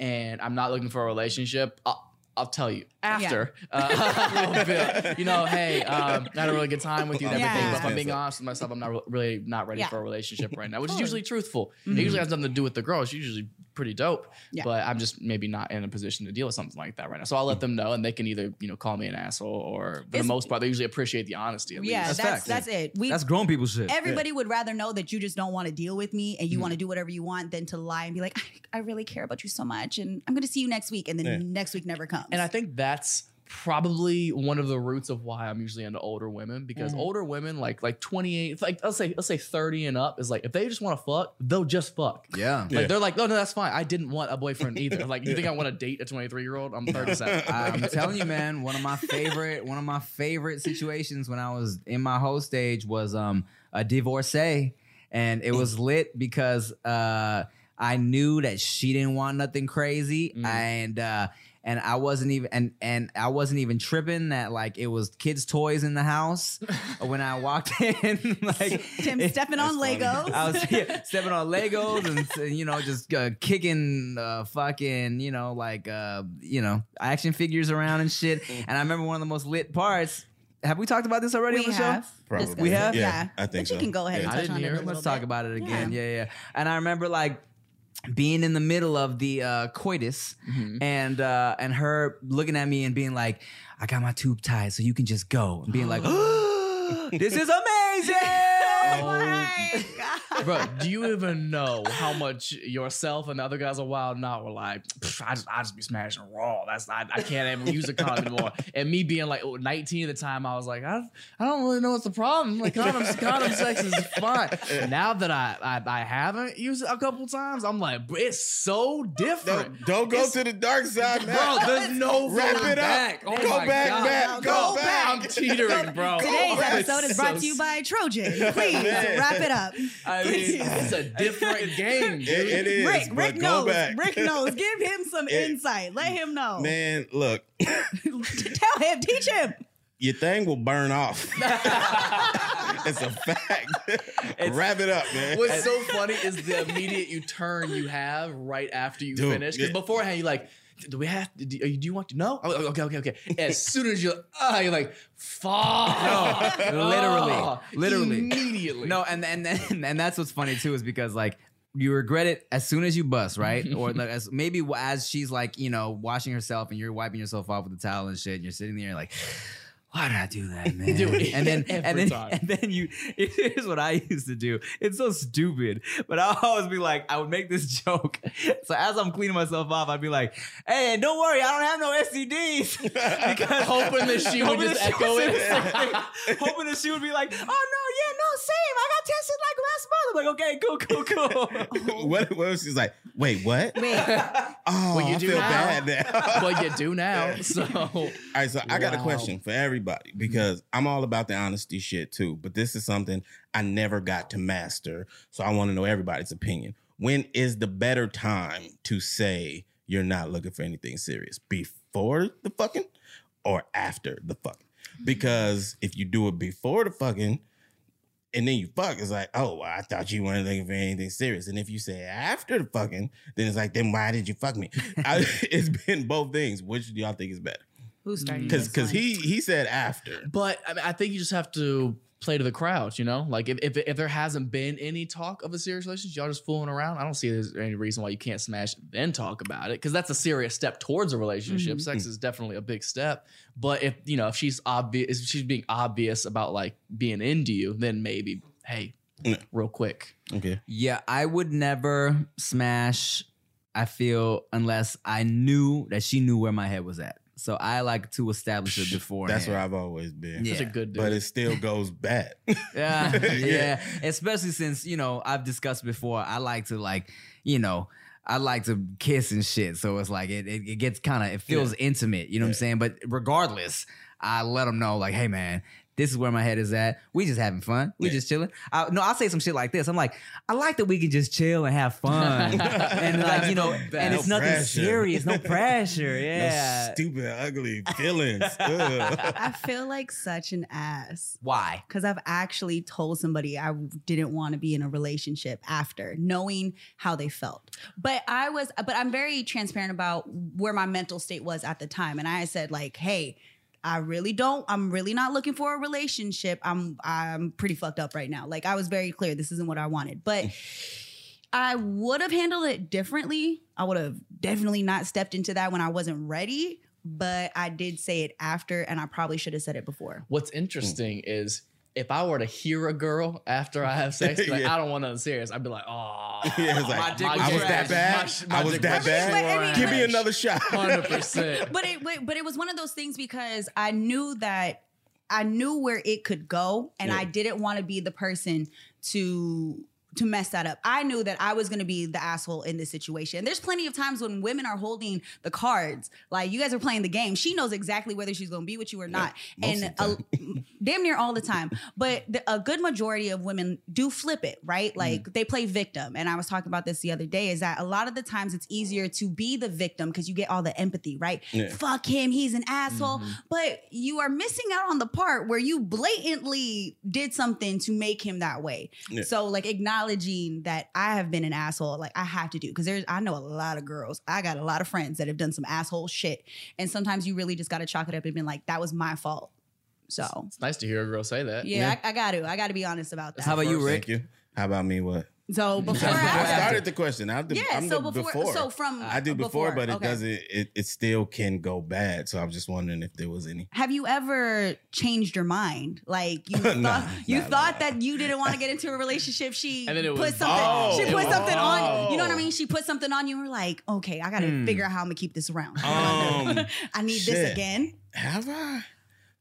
Speaker 4: and I'm not looking for a relationship, I'll, I'll tell you after uh, a little bit. You know, hey, um, not a really good time with you. and
Speaker 3: Yeah.
Speaker 4: Everything. But if I'm being
Speaker 2: Yeah.
Speaker 4: honest with myself, I'm not re- really not ready
Speaker 3: Yeah.
Speaker 4: for a relationship right now, which is
Speaker 3: Totally.
Speaker 4: usually truthful.
Speaker 3: Mhm.
Speaker 4: It usually has nothing to do with the girl. She's usually pretty dope.
Speaker 3: Yeah.
Speaker 4: But I'm just maybe not in a position to deal with something like that right now. So I'll let them know, and they can either you know call me an asshole or for
Speaker 3: It's-
Speaker 4: the most part, they usually appreciate the honesty. At
Speaker 3: yeah,
Speaker 4: least.
Speaker 1: That's
Speaker 3: that's that's,
Speaker 1: facts.
Speaker 3: it. We
Speaker 1: That's grown people shit.
Speaker 3: everybody would rather know that you just don't want to deal with me and you
Speaker 4: Mhm.
Speaker 3: want to do whatever you want than to lie and be like, I, I really care about you so much and I'm going to see you next week and then
Speaker 2: Yeah.
Speaker 3: next week never comes.
Speaker 4: And I think that's probably one of the roots of why I'm usually into older women because
Speaker 3: Mhm.
Speaker 4: older women like like 28, like let's say let's say 30 and up is like if they just want to fuck, they'll just fuck.
Speaker 1: Yeah.
Speaker 4: Like
Speaker 2: Yeah.
Speaker 4: they're like, "Oh, no, no, that's fine. I didn't want a boyfriend either. Like, you think I want to date a 23 year old? I'm 37.
Speaker 1: I'm telling you, man. One of my favorite, one of my favorite situations when I was in my whole stage was um a divorcee, and it was lit because uh I knew that she didn't want nothing crazy,
Speaker 4: Mm.
Speaker 1: and uh and I wasn't even and and I wasn't even tripping that like it was kids' toys in the house when I walked in. like
Speaker 3: Tim
Speaker 1: it-
Speaker 3: stepping on
Speaker 2: funny.
Speaker 3: Legos.
Speaker 1: I was yeah, stepping on Legos and, and, you know just uh, kicking uh, fucking you know like uh, you know action figures around and shit. And I remember one of the most lit parts. Have we talked about this already
Speaker 3: we
Speaker 1: on the
Speaker 3: have.
Speaker 1: show?
Speaker 2: Probably.
Speaker 1: We have?
Speaker 2: Yeah,
Speaker 3: Yeah.
Speaker 2: I think
Speaker 3: But you
Speaker 2: so.
Speaker 3: can go ahead
Speaker 2: Yeah.
Speaker 3: and
Speaker 4: I
Speaker 3: touch
Speaker 4: didn't
Speaker 3: on it.
Speaker 4: hear
Speaker 3: a
Speaker 4: it.
Speaker 3: little
Speaker 1: Let's talk
Speaker 3: bit.
Speaker 1: about it
Speaker 3: Yeah.
Speaker 1: again. Yeah. yeah, And I remember like being in the middle of the uh, coitus
Speaker 4: Mhm.
Speaker 1: and uh, and her looking at me and being like, "I got my tube tied, so you can just go," and being like, "This is amazing."
Speaker 3: Oh my God.
Speaker 4: Bro, do you even know how much yourself and the other guys are wild now were like, "Pff, I just, I just be smashing raw. That's I, I can't even use a condom anymore. And me being like oh, 19 at the time, I was like, I, I don't really know what's the problem. Like condom, condom sex is fine. Now that I, I I haven't used it a couple times, I'm like, "Bro, it's so different.
Speaker 2: Don't, don't go to the dark side,
Speaker 4: Bro,
Speaker 2: man.
Speaker 4: there's no
Speaker 2: Wrap
Speaker 4: going
Speaker 2: it up.
Speaker 4: back. Oh
Speaker 2: Go
Speaker 4: my
Speaker 2: back,
Speaker 4: God.
Speaker 2: Matt. Go back.
Speaker 4: I'm teetering, bro.
Speaker 3: Today's
Speaker 4: It's
Speaker 3: episode is brought
Speaker 4: so
Speaker 3: to you by Trojan. Please
Speaker 2: Man.
Speaker 3: wrap it up.
Speaker 4: I mean, it's a different game, dude.
Speaker 2: It- it is.
Speaker 3: Rick,
Speaker 2: but
Speaker 3: Rick
Speaker 2: go
Speaker 3: knows.
Speaker 2: back.
Speaker 3: Rick knows. Give him some
Speaker 2: It-
Speaker 3: insight. Let him know.
Speaker 2: Man, look,
Speaker 3: Tell him. Teach him.
Speaker 2: your thing will burn off. it's a fact. Wrap it up, man.
Speaker 4: What's so funny is the immediate you turn you have right after you
Speaker 2: Dude,
Speaker 4: finish. Because
Speaker 2: yeah.
Speaker 4: beforehand, you're like, do we have to? Do, do you want to? No? Oh, okay, okay, okay. As soon as you're, uh, you're like, fuck.
Speaker 1: No, literally,
Speaker 4: Oh,
Speaker 1: literally.
Speaker 4: Immediately.
Speaker 1: No, and and then and that's what's funny too is because like you regret it as soon as you bust, right? or like as, maybe as she's like you know washing herself and you're wiping yourself off with a towel and shit, and you're sitting there like. Why did I do that, man?
Speaker 4: Dude,
Speaker 1: and then
Speaker 4: every
Speaker 1: and then
Speaker 4: time.
Speaker 1: and then you. Here's what I used to do. It's so stupid, but I would always be like, I would make this joke. So as I'm cleaning myself off, I'd be like, "Hey, don't worry, I don't have no STDs." because
Speaker 4: Hoping that she would
Speaker 1: hoping
Speaker 4: just
Speaker 1: that she
Speaker 4: echo
Speaker 1: would
Speaker 4: it.
Speaker 1: say the same. hoping that she would be like, "Oh no, yeah, no, same. I got tested like last month." I'm like, "Okay, cool, cool, cool."
Speaker 2: what, what if she's like, wait, what?
Speaker 3: Wait.
Speaker 2: Oh,
Speaker 4: Well, you
Speaker 2: I
Speaker 4: do
Speaker 2: feel
Speaker 4: now.
Speaker 2: bad now.
Speaker 4: but you do now. So
Speaker 2: All right, so I got a
Speaker 4: Wow.
Speaker 2: question for everybody because I'm all about the honesty shit too, but this is something I never got to master. So I want to know everybody's opinion. When is the better time to say you're not looking for anything serious? Before the fucking or after the fucking? Because if you do it before the fucking and then you fuck, it's like, oh, well, I thought you weren't looking for anything serious. And if you say after the fucking, then it's like, then why did you fuck me? I, it's been both things. Which do y'all think is better?
Speaker 3: Who's starting?
Speaker 2: Because
Speaker 3: this
Speaker 2: because
Speaker 3: one?
Speaker 2: he he said after.
Speaker 4: But I, mean, I think you just have to play to the crowd, you know? Like, if, if, if there hasn't been any talk of a serious relationship, y'all just fooling around. I don't see there's any reason why you can't smash it, then talk about it because that's a serious step towards a relationship.
Speaker 2: Mm-hmm.
Speaker 3: Mhm.
Speaker 2: Mm.
Speaker 4: Sex is definitely a big step. But if, you know, if she's obvious, if she's being obvious about like being into you, then maybe, hey,
Speaker 2: No.
Speaker 4: real quick.
Speaker 2: Okay.
Speaker 1: yeah, I would never smash. I feel unless I knew that she knew where my head was at. So I like to establish it before.
Speaker 2: That's where I've always been.
Speaker 1: Yeah.
Speaker 4: Such a good dude.
Speaker 2: But it still goes bad.
Speaker 1: Yeah,
Speaker 2: Yeah.
Speaker 1: yeah. Especially since you know I've discussed before. I like to like you know I like to kiss and shit. So it's like it it, it gets kind of it feels intimate. You know what I'm
Speaker 2: Yeah.
Speaker 1: saying? But regardless, I let them know like, hey man, This is where my head is at. We just having fun. We
Speaker 2: Yeah.
Speaker 1: just chilling. I, no, I'll say some shit like this. I'm like, I like that we can just chill and have fun, and like you know, and it's
Speaker 4: No
Speaker 1: nothing
Speaker 2: pressure.
Speaker 1: serious, no pressure. Yeah.
Speaker 2: Those stupid, ugly feelings. Ugh.
Speaker 3: I feel like such an ass.
Speaker 1: Why?
Speaker 3: because I've actually told somebody I didn't want to be in a relationship after knowing how they felt. But I was, but I'm very transparent about where my mental state was at the time, and I said like, "Hey, I really don't. I'm really not looking for a relationship. I'm I'm pretty fucked up right now. Like I was very clear. This isn't what I wanted, but." I would have handled it differently. I would have definitely not stepped into that when I wasn't ready, but I did say it after, and I probably should have said it before.
Speaker 4: What's
Speaker 2: Mm.
Speaker 4: interesting is if I were to hear a girl after I have sex, be like,
Speaker 2: Yeah.
Speaker 4: I don't want nothing serious, I'd be like, oh,
Speaker 2: Yeah, it's like,
Speaker 1: I was that
Speaker 2: bad? I was that bad? Give me
Speaker 3: Right.
Speaker 2: another shot.
Speaker 4: 100%.
Speaker 3: but it but, but it was one of those things because I knew that I knew where it could go and
Speaker 2: Yeah.
Speaker 3: I didn't want to be the person to to mess that up. I knew that I was going to be the asshole in this situation. And there's plenty of times when women are holding the cards. Like you guys are playing the game. She knows exactly whether she's going to be with you or not.
Speaker 2: most
Speaker 3: and
Speaker 2: of
Speaker 3: a, damn near all the time. But the, a good majority of women do flip it,
Speaker 2: Mm.
Speaker 3: right? Like they play victim. And I was talking about this the other day is that a lot of the times it's easier to be the victim because you get all the empathy, right?
Speaker 2: Yeah. Mm-hmm.
Speaker 3: Fuck him, he's an asshole. But you are missing out on the part where you blatantly did something to make him that way.
Speaker 2: Yeah.
Speaker 3: So like acknowledging that I have been an asshole, like I have to do because there's I know a lot of girls. I got a lot of friends that have done some asshole shit. And sometimes you really just gotta chalk it up and be like, that was my fault. So
Speaker 4: It's nice to hear a girl say that.
Speaker 3: yeah, I, I got to. I got to be honest about that.
Speaker 1: How about you,
Speaker 2: Thank
Speaker 1: Rick?
Speaker 2: you. How about me? What?
Speaker 3: so before
Speaker 2: I
Speaker 3: I,
Speaker 2: started the question. I'm the,
Speaker 3: yeah,
Speaker 2: I'm
Speaker 3: so
Speaker 2: the
Speaker 3: before, so from uh,
Speaker 2: I do before, but it
Speaker 3: okay.
Speaker 2: doesn't. It, it still can go bad. So I'm just wondering if there was any.
Speaker 3: Have you ever changed your mind? Like you
Speaker 2: Nah,
Speaker 3: thought
Speaker 2: nah,
Speaker 3: you
Speaker 2: nah,
Speaker 3: thought
Speaker 2: nah.
Speaker 3: that you didn't want to get into a relationship. She
Speaker 4: And then it
Speaker 3: put
Speaker 4: was-
Speaker 3: something.
Speaker 2: Oh,
Speaker 3: she
Speaker 2: it
Speaker 3: put
Speaker 2: was-
Speaker 3: something on. You know what I
Speaker 2: Oh.
Speaker 3: mean? She put something on you. and We're like, okay, I got to
Speaker 1: Hmm.
Speaker 3: figure out how I'm gonna keep this around.
Speaker 2: Um,
Speaker 3: I need this
Speaker 2: shit.
Speaker 3: again.
Speaker 2: have I?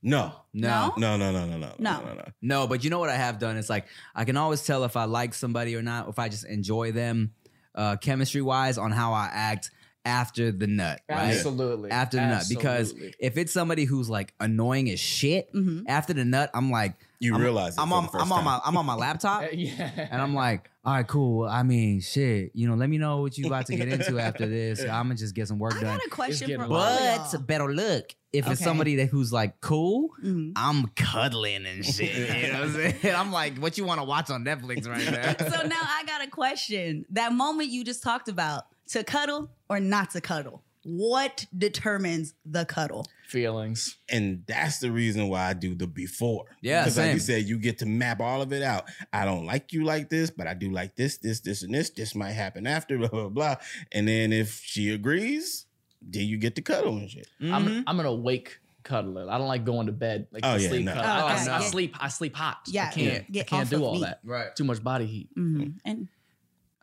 Speaker 2: No,
Speaker 1: No.
Speaker 2: no, no, no, no, no,
Speaker 3: No.
Speaker 2: no, no.
Speaker 1: No, but you know what I have done? It's like I can always tell if I like somebody or not, if I just enjoy them uh, chemistry wise on how I act after the nut, right?
Speaker 4: Absolutely.
Speaker 1: After the nut. Because
Speaker 4: Absolutely.
Speaker 1: if it's somebody who's like annoying as shit,
Speaker 3: Mhm.
Speaker 1: after the nut, I'm like,
Speaker 2: You
Speaker 1: I'm-
Speaker 2: realize it
Speaker 1: I'm
Speaker 2: for
Speaker 1: on,
Speaker 2: the first
Speaker 1: I'm on
Speaker 2: time.
Speaker 1: my, I'm on my
Speaker 3: Uh,
Speaker 1: laptop,
Speaker 4: Eh, yeah.
Speaker 1: and I'm like, all right, cool. I mean, shit, you know, let me know what you about to get into after this. I'm gonna just get some work
Speaker 3: I
Speaker 1: done.
Speaker 3: got a question
Speaker 4: getting
Speaker 3: for
Speaker 4: a lot.
Speaker 1: But better look if it's
Speaker 3: Okay.
Speaker 1: somebody that who's like cool.
Speaker 3: Mhm.
Speaker 1: I'm cuddling and shit. You know what I'm saying? I'm like, what you want to watch on Netflix right now?
Speaker 3: So now I got a question. That moment you just talked about to cuddle or not to cuddle. What determines the cuddle?
Speaker 4: Feelings.
Speaker 2: and that's the reason why I do the before.
Speaker 1: Yeah,
Speaker 2: because like you
Speaker 1: same.
Speaker 2: said, you get to map all of it out. I don't like you like this, but I do like this, this, this, and this. This might happen after blah blah blah. And then if she agrees, then you get to cuddle and shit.
Speaker 3: Mm-hmm.
Speaker 4: I'm, I'm gonna wake cuddler. I don't like going to bed like
Speaker 2: Oh,
Speaker 4: to
Speaker 2: yeah,
Speaker 4: sleep.
Speaker 2: no.
Speaker 4: cuddle. I,
Speaker 3: Okay. Yeah.
Speaker 4: I sleep. I sleep hot.
Speaker 3: Yeah,
Speaker 4: I can't.
Speaker 3: get
Speaker 4: I can't
Speaker 3: off
Speaker 4: do
Speaker 3: of
Speaker 4: all
Speaker 3: me.
Speaker 4: that.
Speaker 1: right.
Speaker 4: Too much body heat.
Speaker 3: Mhm. And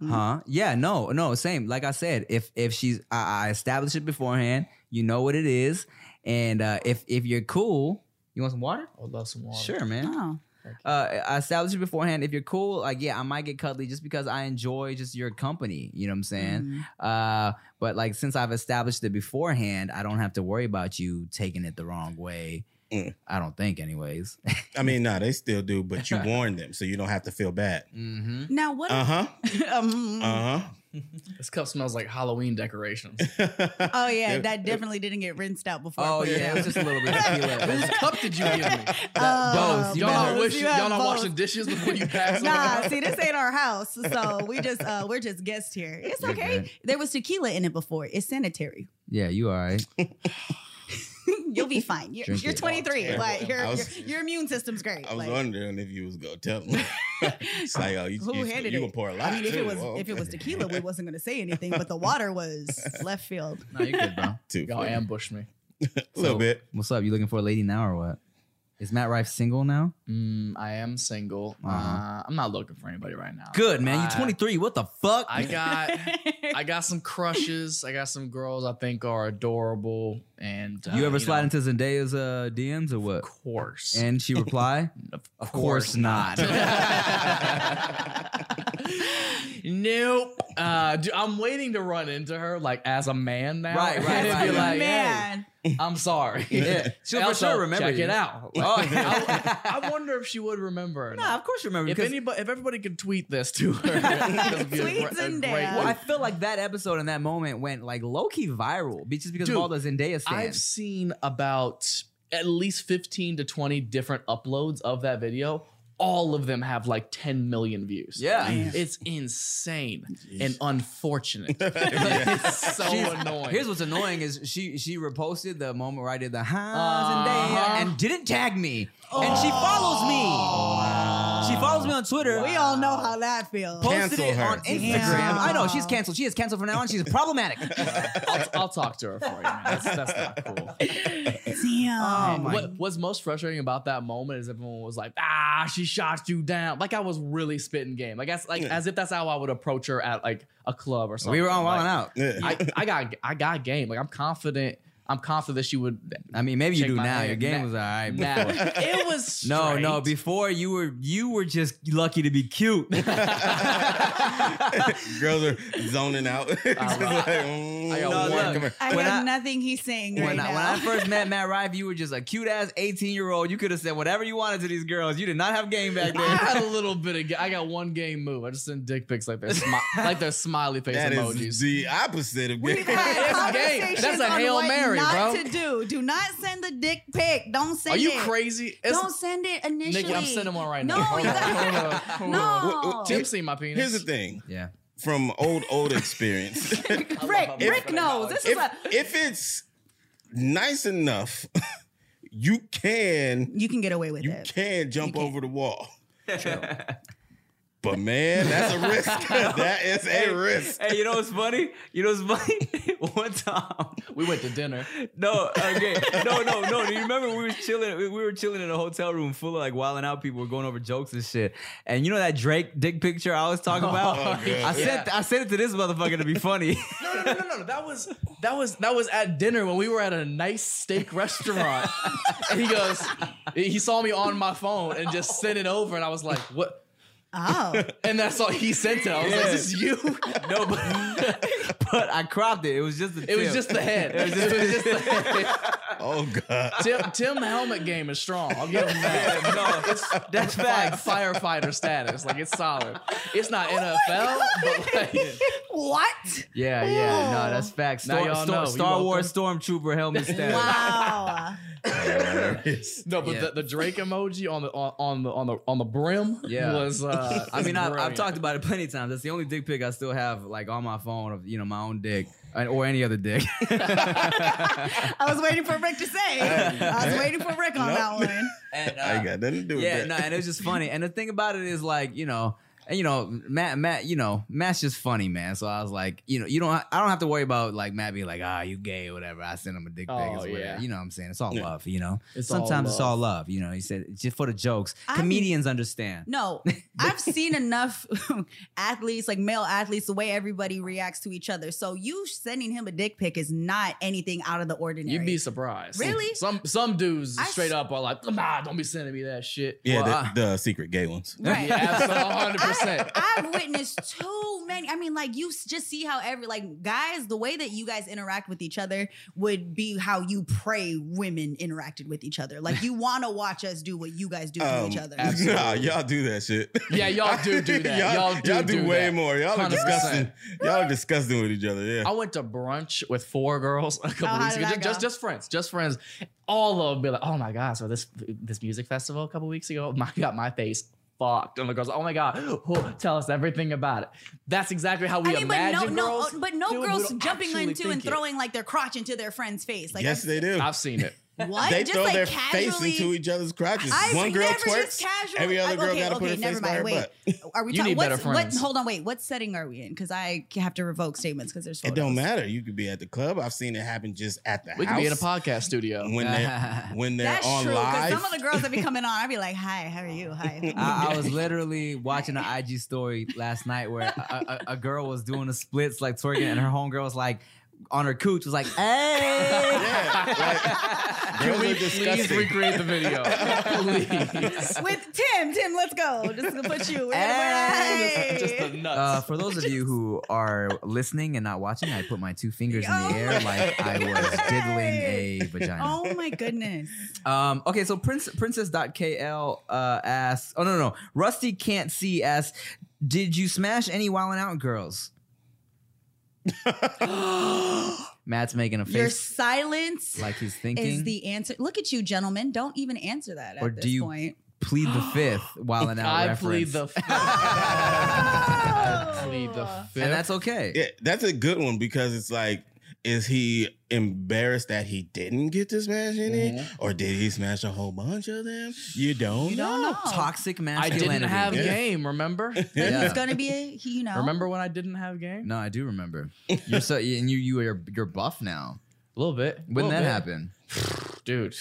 Speaker 1: Huh? Yeah. No. No. Same. Like I said, if if she's, I, I establish it beforehand. You know what it is, and uh, if if you're cool, you want some water?
Speaker 4: I would love some water.
Speaker 1: Sure, man.
Speaker 3: oh,
Speaker 1: uh, I established it beforehand. If you're cool, like yeah, I might get cuddly just because I enjoy just your company. You know what I'm saying?
Speaker 3: Mhm.
Speaker 1: Uh, but like since I've established it beforehand, I don't have to worry about you taking it the wrong way.
Speaker 2: Mm.
Speaker 1: I don't think, anyways.
Speaker 2: I mean, no, they still do, but you warn them, so you don't have to feel bad.
Speaker 1: mm-hmm.
Speaker 3: now what?
Speaker 2: Uh huh.
Speaker 3: um,
Speaker 2: Uh huh.
Speaker 4: This cup smells like Halloween decorations.
Speaker 3: oh yeah, that definitely didn't get rinsed out before. I
Speaker 1: Oh
Speaker 3: put it
Speaker 1: yeah, it was
Speaker 3: in.
Speaker 1: just a little bit of
Speaker 4: Whose
Speaker 1: tequila.
Speaker 4: cup did you give me?
Speaker 3: Oh,
Speaker 1: Both. You better-
Speaker 4: Y'all not
Speaker 3: both.
Speaker 4: wish,
Speaker 3: had
Speaker 4: y'all not
Speaker 3: both.
Speaker 4: washing dishes before you pass.
Speaker 3: Nah, see, this ain't our house, so we just uh we're just guests here. It's
Speaker 1: You're
Speaker 3: okay.
Speaker 1: good.
Speaker 3: There was tequila in it before. It's sanitary.
Speaker 1: Yeah, you all right?
Speaker 3: You'll be fine. You're,
Speaker 1: Drink
Speaker 3: you're
Speaker 1: it.
Speaker 3: 23,
Speaker 2: Yeah.
Speaker 3: but your
Speaker 2: I
Speaker 3: your
Speaker 2: was-
Speaker 3: your immune system's great.
Speaker 2: I was
Speaker 3: Like,
Speaker 2: wondering if you was gonna tell them. it's like, oh, you,
Speaker 3: Who
Speaker 2: you,
Speaker 3: handed
Speaker 2: you
Speaker 3: it?
Speaker 2: gonna pour a lot.
Speaker 3: I mean, if it
Speaker 2: too.
Speaker 3: was
Speaker 2: Oh,
Speaker 3: if it was
Speaker 2: okay.
Speaker 3: tequila, we wasn't gonna say anything, but the water was left field.
Speaker 1: No, you're good, bro.
Speaker 2: Too
Speaker 4: Y'all
Speaker 2: funny.
Speaker 4: ambushed me.
Speaker 2: a little
Speaker 1: So,
Speaker 2: bit.
Speaker 1: What's up? You looking for a lady now or what? Is Matt Rife single now?
Speaker 4: Mm, I am single. uh
Speaker 1: Uh-huh.
Speaker 4: I'm not looking for anybody right now.
Speaker 1: Good man,
Speaker 4: I-
Speaker 1: you're 23. What the fuck?
Speaker 4: I got, I got some crushes. I got some girls I think are adorable. And uh,
Speaker 1: you ever slide
Speaker 4: know,
Speaker 1: into Zendaya's uh, DMs or what?
Speaker 4: Of course.
Speaker 1: And she reply, "Of course not."
Speaker 4: nope. Uh, dude, I'm waiting to run into her like as a man now.
Speaker 1: Right, right,
Speaker 4: and
Speaker 1: right,
Speaker 4: Be
Speaker 1: right.
Speaker 4: like,
Speaker 3: man.
Speaker 4: "Hey, I'm sorry.
Speaker 1: Yeah. She'll for
Speaker 4: Also,
Speaker 1: sure remember
Speaker 4: Check
Speaker 1: you.
Speaker 4: it out.
Speaker 1: Oh,
Speaker 4: I, I wonder if she would remember. Or
Speaker 1: Nah,
Speaker 4: not.
Speaker 1: of course you remember.
Speaker 4: If
Speaker 1: because-
Speaker 4: anybody, if everybody could tweet this to her, that would be a
Speaker 3: Tweets
Speaker 4: gre- a
Speaker 3: and
Speaker 4: great
Speaker 3: dance.
Speaker 1: well,
Speaker 4: one.
Speaker 1: I feel like that episode and that moment went like low key viral be- just because
Speaker 4: Dude,
Speaker 1: of all the Zendaya
Speaker 4: I've
Speaker 1: stands.
Speaker 4: seen about at least 15 to 20 different uploads of that video. All of them have like 10 million views.
Speaker 1: Yeah.
Speaker 3: Jeez.
Speaker 4: It's insane and unfortunate.
Speaker 2: Yeah.
Speaker 4: It's so
Speaker 1: She's-
Speaker 4: annoying.
Speaker 1: Here's what's annoying is she she reposted the moment where I did the ha
Speaker 4: Uh-huh. Oh,
Speaker 1: Zendaya and didn't tag me, and she follows me. She follows me on Twitter.
Speaker 3: We all know how that feels.
Speaker 1: posted
Speaker 2: Cancel
Speaker 1: it
Speaker 2: her.
Speaker 1: on Instagram.
Speaker 3: Damn.
Speaker 1: I know she's canceled. She is canceled from now on. She's problematic.
Speaker 4: I'll, I'll talk to her for you, man. That's, that's not cool.
Speaker 3: Damn.
Speaker 1: Oh my-
Speaker 4: What, what's most frustrating about that moment is everyone was like, "Ah, she shot you down." Like I was really spitting game. Like that's like
Speaker 2: Yeah.
Speaker 4: as if that's how I would approach her at like a club or something.
Speaker 1: we were on
Speaker 4: like,
Speaker 1: Wild 'N Out.
Speaker 2: Yeah.
Speaker 4: I, I got I got game. Like I'm confident. I'm confident that she would.
Speaker 1: I mean, maybe you
Speaker 4: Shake
Speaker 1: do
Speaker 4: my
Speaker 1: now.
Speaker 4: hand.
Speaker 1: Your game
Speaker 4: Nah.
Speaker 1: was all right.
Speaker 4: Nah,
Speaker 1: before.
Speaker 4: it was
Speaker 1: No, no.
Speaker 4: straight.
Speaker 1: Before you were you were just lucky to be cute.
Speaker 2: Girls are zoning out. Just like, mm,
Speaker 4: I got
Speaker 2: come
Speaker 1: one.
Speaker 2: on, come here.
Speaker 3: I
Speaker 1: When
Speaker 3: hear
Speaker 1: I-
Speaker 3: nothing he's saying right
Speaker 1: when,
Speaker 3: now.
Speaker 1: I, when I first met Matt Rife, you were just a cute ass 18 year old. You could have said whatever you wanted to these girls. You did not have game back
Speaker 4: I
Speaker 1: then.
Speaker 4: had a little bit of. ga- I got one game move. I just sent dick pics like their smi- like their smiley face
Speaker 2: That
Speaker 4: emojis.
Speaker 2: is the opposite of
Speaker 3: We've
Speaker 4: That's
Speaker 3: had
Speaker 4: a
Speaker 3: conversations
Speaker 4: game. That's a
Speaker 3: on
Speaker 4: Hail
Speaker 3: what
Speaker 4: Mary,
Speaker 3: not
Speaker 4: bro.
Speaker 3: to do. Do not send the dick pic. Don't send
Speaker 4: Are
Speaker 3: it.
Speaker 4: you crazy? It's-
Speaker 3: Don't send it initially.
Speaker 4: Nikki, I'm sending one right
Speaker 3: No,
Speaker 4: now.
Speaker 3: you gotta-
Speaker 4: on, hold on.
Speaker 2: Wh-
Speaker 3: No.
Speaker 2: wh-
Speaker 4: Tim seen my penis.
Speaker 2: Here's the thing
Speaker 1: yeah.
Speaker 2: from old, old experience. if,
Speaker 3: Rick,
Speaker 4: how
Speaker 3: Rick
Speaker 4: Rick
Speaker 3: knows. This is a.
Speaker 2: if it's nice enough, you can
Speaker 3: You can get away with
Speaker 2: you
Speaker 3: it.
Speaker 2: can jump
Speaker 3: You can.
Speaker 2: over the wall. But man, that's a risk. that is a risk.
Speaker 1: Hey, you know what's funny? You know what's funny? One time,
Speaker 4: We went to dinner.
Speaker 1: No, okay. No, no, no. Do you remember we were chilling? We we were chilling in a hotel room full of like wilding out people, were going over jokes and shit. And you know that Drake dick picture I was talking about?
Speaker 2: yeah.
Speaker 1: I sent I sent it to this motherfucker to be funny.
Speaker 4: No, no, no, no, no, no. That was that was that was at dinner when we were at a nice steak restaurant. and he goes, he saw me on my phone and just sent it over, and I was like, what?
Speaker 3: Oh.
Speaker 4: And that's all he sent it. I was like,
Speaker 1: Yeah.
Speaker 4: this is you.
Speaker 1: no, but, but I cropped it. It was just the
Speaker 4: It was
Speaker 1: tip.
Speaker 4: just the head. It was just, the head.
Speaker 2: Oh God.
Speaker 4: Tim, Tim helmet game is strong. I'll give him that.
Speaker 1: no, that's
Speaker 4: Fi-
Speaker 1: facts. Oh
Speaker 4: Firefighter status, like it's solid. It's not NFL, but like,
Speaker 3: what?
Speaker 1: Yeah, yeah, no, that's facts.
Speaker 4: Now
Speaker 1: Star,
Speaker 4: y'all
Speaker 1: Star,
Speaker 4: know. You
Speaker 1: Star Wars Stormtrooper helmet status.
Speaker 3: Wow.
Speaker 4: no, but
Speaker 1: Yeah.
Speaker 4: the, the Drake emoji on the on, on the on the on the brim
Speaker 1: Yeah.
Speaker 4: was. Uh,
Speaker 1: I mean, I've, I've
Speaker 4: brilliant.
Speaker 1: talked about it plenty of times. That's the only dick pic I still have, like on my phone of you know my own dick and- or any other dick.
Speaker 3: I was waiting for Rick to say. I was waiting for Rick on
Speaker 2: Nope.
Speaker 3: that one.
Speaker 1: And,
Speaker 2: I
Speaker 1: uh,
Speaker 2: ain't got nothing to do with
Speaker 1: yeah,
Speaker 2: that.
Speaker 1: no, and it was just funny. And the thing about it is like, you know, and you know, Matt, Matt, you know, Matt's just funny, man. So I was like, you know, you don't, I don't have to worry about like Matt being like, ah, you gay or whatever. I sent him a dick pic.
Speaker 4: Oh,
Speaker 1: it's whatever.
Speaker 4: yeah.
Speaker 1: You know what I'm saying? It's all
Speaker 2: Yeah.
Speaker 1: love, you know?
Speaker 4: It's all
Speaker 1: Sometimes it's
Speaker 4: love.
Speaker 1: all love, you know? He said, it's just for the jokes.
Speaker 3: I'm-
Speaker 1: Comedians understand.
Speaker 3: No, I've seen enough athletes, like male athletes, the way everybody reacts to each other. So you sending him a dick pic is not anything out of the ordinary.
Speaker 4: You'd be surprised.
Speaker 3: Really?
Speaker 4: Some some dudes
Speaker 3: I
Speaker 4: straight
Speaker 3: s-
Speaker 4: up are like, nah, don't be sending me that shit.
Speaker 2: Yeah,
Speaker 1: Well,
Speaker 2: the, the secret gay ones.
Speaker 3: right.
Speaker 4: Yeah, absolutely, hundred percent.
Speaker 3: I, I've witnessed too many. I mean, like you s- just see how every like guys, the way that you guys interact with each other would be how you pray women interacted with each other. Like you want to watch us do what you guys do to
Speaker 4: Um,
Speaker 3: each other.
Speaker 2: Um, Nah, y'all do that shit.
Speaker 4: Yeah, y'all do do that.
Speaker 2: y'all,
Speaker 4: Y'all do
Speaker 2: do,
Speaker 4: do
Speaker 2: way
Speaker 4: that.
Speaker 2: more. Y'all are
Speaker 4: 100%.
Speaker 2: disgusting. Y'all are disgusting with each other. Yeah.
Speaker 4: I went to brunch with four girls a couple
Speaker 3: Oh, how
Speaker 4: weeks
Speaker 3: did
Speaker 4: ago.
Speaker 3: that
Speaker 4: Just, just
Speaker 3: go?
Speaker 4: just friends, just friends. All of them be like, oh my god, so this this music festival a couple weeks ago, my got my face fucked, and the girls, oh my god, who- tell us everything about it. That's exactly how we
Speaker 3: I mean, but no,
Speaker 4: imagine
Speaker 3: no,
Speaker 4: girls.
Speaker 3: but no
Speaker 4: do, we
Speaker 3: girls
Speaker 4: don't
Speaker 3: jumping
Speaker 4: actually
Speaker 3: into and
Speaker 4: think it.
Speaker 3: throwing like their crotch into their friend's face. Like
Speaker 2: yes, they do.
Speaker 4: I've seen it.
Speaker 3: what?
Speaker 2: They
Speaker 3: just
Speaker 2: throw
Speaker 3: like
Speaker 2: their
Speaker 3: casually.
Speaker 2: face into each other's crotches.
Speaker 3: I've
Speaker 2: One girl
Speaker 3: never
Speaker 2: twerks.
Speaker 3: just casually.
Speaker 2: Every other
Speaker 3: I-
Speaker 2: girl
Speaker 3: okay,
Speaker 2: got to put
Speaker 3: okay,
Speaker 2: her
Speaker 3: never
Speaker 2: face by
Speaker 3: mind.
Speaker 2: her
Speaker 3: wait,
Speaker 2: butt.
Speaker 3: are we
Speaker 4: You
Speaker 3: talking?
Speaker 4: need better
Speaker 3: What's, what,
Speaker 4: friends.
Speaker 3: hold on, wait. What setting are we in? Because I have to revoke statements because there's.
Speaker 2: It
Speaker 3: photos.
Speaker 2: don't matter. You could be at the club. I've seen it happen just at
Speaker 4: Oh,
Speaker 2: the
Speaker 4: We could
Speaker 2: house.
Speaker 4: be in a podcast studio.
Speaker 2: when they're when they're
Speaker 3: That's
Speaker 2: on
Speaker 3: true.
Speaker 2: live.
Speaker 3: some of the girls that be coming on, I'd be like, "Hi, how are you? Hi."
Speaker 1: I, I was literally watching an IG story last night where a, a, a girl was doing the splits, like twerking, and her homegirl was like, on her cooch, was like, hey.
Speaker 2: yeah, like,
Speaker 4: Can
Speaker 2: girls
Speaker 4: we
Speaker 2: are
Speaker 4: please
Speaker 2: disgusting.
Speaker 4: recreate the video? please.
Speaker 3: With Tim, Tim, let's go. Just to put you.
Speaker 1: Hey.
Speaker 3: Hey.
Speaker 4: Just the nuts.
Speaker 1: Uh, for those of you who are listening and not watching, I put my two fingers in the air like I was diddling a vagina.
Speaker 3: Oh my goodness.
Speaker 4: Oh.
Speaker 1: Um, okay, so Prince, princess.kl uh, asks, oh, no, no, no. Rusty can't see asks, did you smash any Wildin' Out girls? Matt's making a
Speaker 3: Your
Speaker 1: face
Speaker 3: silence
Speaker 1: like he's thinking.
Speaker 3: is the answer. Look at you, gentlemen. Don't even answer that at
Speaker 1: Or do
Speaker 3: this
Speaker 1: you-
Speaker 3: point.
Speaker 1: plead the fifth while an out
Speaker 4: I
Speaker 1: reference.
Speaker 4: plead the fifth. I plead the fifth.
Speaker 1: and that's okay.
Speaker 2: Yeah, that's a good one because it's like, is he embarrassed that he didn't get to smash any,
Speaker 4: Mm-hmm.
Speaker 2: or did he smash a whole bunch of them? You don't.
Speaker 3: You don't
Speaker 2: know.
Speaker 3: know.
Speaker 1: Toxic
Speaker 4: I
Speaker 1: masculinity.
Speaker 4: didn't have
Speaker 2: Yeah.
Speaker 4: game. Remember?
Speaker 3: But
Speaker 1: Yeah.
Speaker 3: he's gonna be a he, you know.
Speaker 4: Remember when I didn't have game?
Speaker 1: No, I do remember. You're so and you you are you're buff now.
Speaker 4: A little bit.
Speaker 1: When
Speaker 4: Little
Speaker 1: that
Speaker 4: bit.
Speaker 1: happen?
Speaker 4: dude?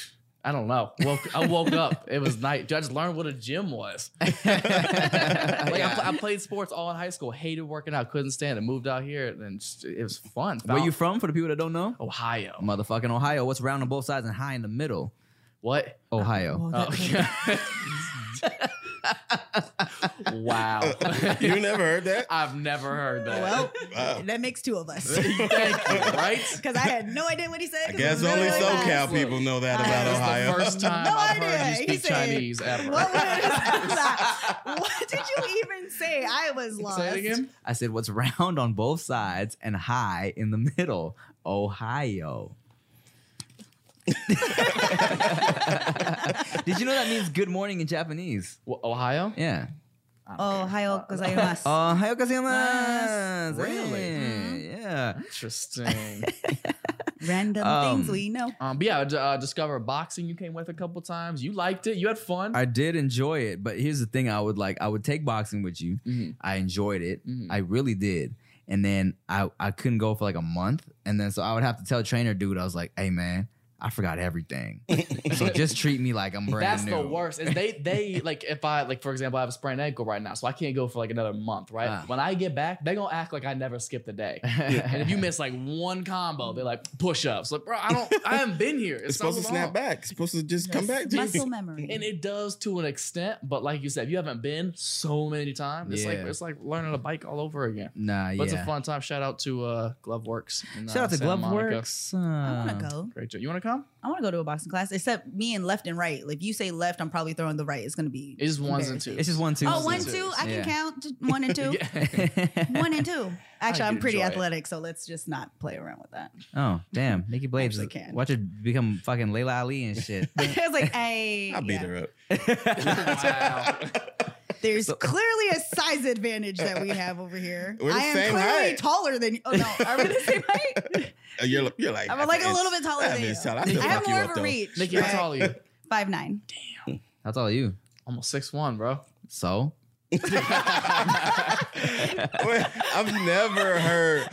Speaker 4: I don't know. Woke, I woke up. It was night. Dude, I just learned what a gym was. like I,
Speaker 1: Yeah.
Speaker 4: pl- I played sports all in high school. Hated working out. Couldn't stand it. Moved out here, and just, it was fun.
Speaker 1: Where
Speaker 4: Found
Speaker 1: you from? For the people that don't know,
Speaker 4: Ohio.
Speaker 1: motherfucking Ohio. What's round on both sides and high in the middle?
Speaker 4: What?
Speaker 1: Ohio.
Speaker 4: Oh, wow.
Speaker 2: you never heard that?
Speaker 4: I've never heard that.
Speaker 3: Well,
Speaker 2: Wow.
Speaker 3: that makes two of us.
Speaker 4: Thank you, right?
Speaker 3: Because I had no idea what he said.
Speaker 2: I
Speaker 3: 'cause it
Speaker 2: guess
Speaker 3: was really,
Speaker 2: only
Speaker 3: really
Speaker 2: SoCal
Speaker 3: fast.
Speaker 2: people know that
Speaker 3: I-
Speaker 2: about
Speaker 4: That
Speaker 3: It's
Speaker 4: was the
Speaker 2: Ohio.
Speaker 4: first time
Speaker 3: No
Speaker 4: I've
Speaker 3: idea.
Speaker 4: heard you
Speaker 3: He
Speaker 4: speak
Speaker 3: said-
Speaker 4: Chinese ever.
Speaker 3: What, was it? what did you even say? I was lost.
Speaker 4: Say it again.
Speaker 1: I said what's round on both sides and high in the middle? Ohio. Did you know that means good morning in Japanese?
Speaker 4: Wha- Ohio?
Speaker 1: Yeah.
Speaker 3: Oh, hayo
Speaker 4: Uh,
Speaker 3: gozaimasu.
Speaker 1: Ohio gozaimasu.
Speaker 4: Really?
Speaker 1: Yeah. yeah.
Speaker 4: Interesting.
Speaker 3: Random
Speaker 1: Um,
Speaker 3: things we know.
Speaker 4: um, but yeah, I d- uh, discover boxing. You came with a couple times. You liked it. You had fun.
Speaker 1: I did enjoy it, but here's the thing: I would like I would take boxing with you.
Speaker 4: Mhm.
Speaker 1: I enjoyed it.
Speaker 4: Mhm.
Speaker 1: I really did. And then I I couldn't go for like a month, and then so I would have to tell trainer dude I was like, "Hey man, I forgot everything. so just treat me like I'm brand
Speaker 4: That's
Speaker 1: new."
Speaker 4: the worst. Is they they like if I like for example I have a sprained ankle right now, so I can't go for like another month, right?
Speaker 1: Ah.
Speaker 4: When I get back, they gonna act like I never skipped a day. and if you miss like one combo, they're like push ups. Like bro, I don't, I haven't been here. It's,
Speaker 2: It's supposed to
Speaker 4: so
Speaker 2: snap
Speaker 4: long.
Speaker 2: back. It's supposed to just come back to
Speaker 3: Muscle
Speaker 2: you.
Speaker 3: memory.
Speaker 4: And it does to an extent, but like you said, if you haven't been so many times, it's like
Speaker 1: Yeah.
Speaker 4: it's like learning a bike all over again.
Speaker 1: Nah,
Speaker 4: But
Speaker 1: yeah.
Speaker 4: it's a fun time. Shout out to uh, Glove Works. in,
Speaker 1: Shout
Speaker 4: uh,
Speaker 1: out to
Speaker 4: Santa
Speaker 1: Glove
Speaker 4: Monica.
Speaker 1: Works.
Speaker 3: I
Speaker 1: Uh,
Speaker 3: want to go.
Speaker 4: Great job. You want to come?
Speaker 3: I want to go to a boxing class, except me and left and right. If you say left, I'm probably throwing the right. It's going to be.
Speaker 4: It's ones and twos.
Speaker 1: It's just one, two.
Speaker 3: Oh, one,
Speaker 4: and
Speaker 3: two. I can
Speaker 1: Yeah.
Speaker 3: count one and two. One and two. Actually,
Speaker 4: I
Speaker 3: I'm
Speaker 4: can
Speaker 3: pretty
Speaker 4: enjoy it.
Speaker 3: athletic, so let's just not play around with that.
Speaker 1: Oh, damn. Nikki Blades.
Speaker 3: Actually can.
Speaker 1: Watch her become fucking Layla Ali and shit.
Speaker 3: it's like, hey,
Speaker 2: I beat
Speaker 3: yeah.
Speaker 2: her up.
Speaker 4: wow.
Speaker 3: There's clearly a size advantage that we have over here.
Speaker 2: We're the
Speaker 3: I am
Speaker 2: same
Speaker 3: clearly
Speaker 2: height.
Speaker 3: taller than you. Oh, no, are we the same height?
Speaker 2: Uh, You're, you're like
Speaker 3: I'm like a little bit taller
Speaker 2: half
Speaker 3: than you.
Speaker 2: inch taller. I still
Speaker 3: I have
Speaker 2: fuck you
Speaker 3: more
Speaker 2: up,
Speaker 3: of a
Speaker 2: though.
Speaker 3: reach.
Speaker 4: Nikki, how tall are you?
Speaker 3: Five nine.
Speaker 1: That's all you.
Speaker 4: Almost six one, bro.
Speaker 1: So
Speaker 2: Well, I've never heard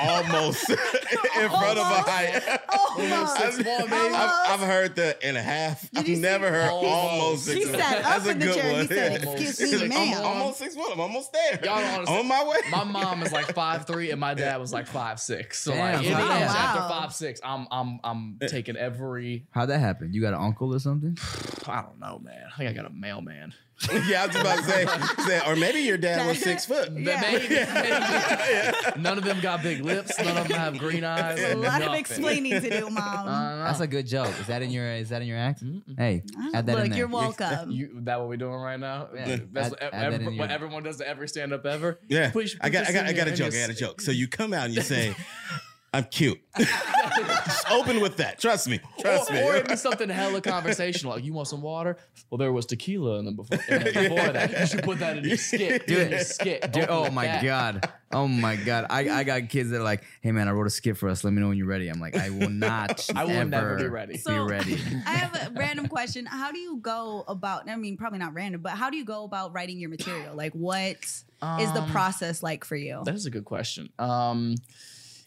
Speaker 2: almost in front of a
Speaker 3: Almost. Oh
Speaker 2: height.
Speaker 3: Almost.
Speaker 2: I've,
Speaker 4: Almost.
Speaker 2: I've, I've heard the and a half.
Speaker 3: Did
Speaker 2: I've
Speaker 3: you see-
Speaker 2: never heard
Speaker 4: Almost.
Speaker 2: almost.
Speaker 3: He
Speaker 2: six
Speaker 3: sat
Speaker 2: one.
Speaker 3: up
Speaker 2: That's a
Speaker 3: in the
Speaker 2: good
Speaker 3: chair and he
Speaker 2: one.
Speaker 3: said,
Speaker 2: Yeah.
Speaker 3: "Excuse
Speaker 2: He's
Speaker 3: me,
Speaker 2: like,
Speaker 3: ma'am."
Speaker 2: I'm almost six one. I'm almost there.
Speaker 4: Y'all don't understand.
Speaker 2: on my way.
Speaker 4: My mom is like five three, and my dad was like five six. So
Speaker 1: Damn, Oh,
Speaker 4: like, if
Speaker 1: wow.
Speaker 4: he comes after
Speaker 3: Wow.
Speaker 4: five six, I'm I'm I'm taking every.
Speaker 1: how'd that happen? You got an uncle or something?
Speaker 4: I don't know, man. I think I got a mailman.
Speaker 2: yeah, I was about to say, say, or maybe your dad was six foot.
Speaker 3: Yeah.
Speaker 4: Maybe, maybe.
Speaker 2: Yeah.
Speaker 4: None of them got big lips. None of them have green eyes.
Speaker 3: a lot of
Speaker 4: nothing. Uh,
Speaker 3: explaining to do,
Speaker 4: I
Speaker 3: mom.
Speaker 4: don't know.
Speaker 1: That's a good joke. Is that in your? Is that in your act?
Speaker 4: Mm-mm.
Speaker 1: Hey, add that
Speaker 3: Ah, Oh, Look,
Speaker 1: in there.
Speaker 3: you're welcome.
Speaker 4: You, that what we're doing right now?
Speaker 1: Yeah.
Speaker 4: That's
Speaker 1: Add-
Speaker 4: what, e-
Speaker 1: add that
Speaker 4: every-
Speaker 1: in
Speaker 4: what
Speaker 1: your-
Speaker 4: everyone does to every stand up ever.
Speaker 2: Yeah.
Speaker 4: Push-
Speaker 2: I got,
Speaker 4: push
Speaker 2: I got,
Speaker 4: in
Speaker 2: I got a
Speaker 4: your-
Speaker 2: joke. I got a joke. So you come out and you say, "I'm cute." Just open with that. Trust me. Trust
Speaker 4: or,
Speaker 2: me.
Speaker 4: or it'd be something hella conversational. Like, you want some water? Well, there was tequila in them before, and then before that. You should put that in your skit. Do
Speaker 1: Dude,
Speaker 4: it in your skit.
Speaker 1: Dude,
Speaker 4: Open
Speaker 1: oh
Speaker 4: with
Speaker 1: my
Speaker 4: that.
Speaker 1: god. Oh my god. I, I got kids that are like, hey man, I wrote a skit for us. Let me know when you're ready. I'm like, I will not.
Speaker 4: I will
Speaker 1: ever
Speaker 4: never be ready.
Speaker 1: Be ready.
Speaker 3: I have a random question. How do you go about? I mean, probably not random, but how do you go about writing your material? Like, what is the
Speaker 4: Um,
Speaker 3: process like for you?
Speaker 4: That is a good question. Um,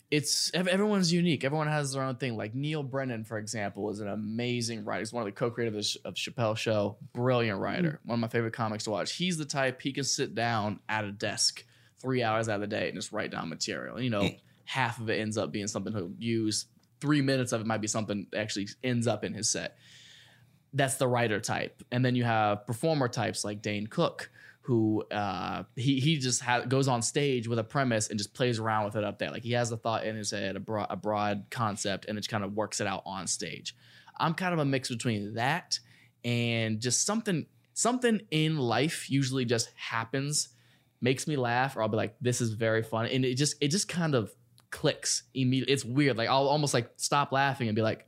Speaker 4: it's ev- everyone's unique. Everyone has their own thing. Like Neil Brennan, for example, is an amazing writer. He's one of the co-creators of, Ch- of Chappelle Show. Brilliant writer. One of my favorite comics to watch. He's the type he can sit down at a desk three hours out of the day and just write down material. You know, half of it ends up being something he'll use. Three minutes of it might be something that actually ends up in his set. That's the writer type. And then you have performer types like Dane Cook, who uh, he he just ha- goes on stage with a premise and just plays around with it up there. Like he has a thought in his head, a broad, a broad concept, and it kind of works it out on stage. I'm kind of a mix between that and just something something in life usually just happens, makes me laugh, or I'll be like, this is very fun, and it just it just kind of clicks immediately. It's weird. Like I'll almost like stop laughing and be like,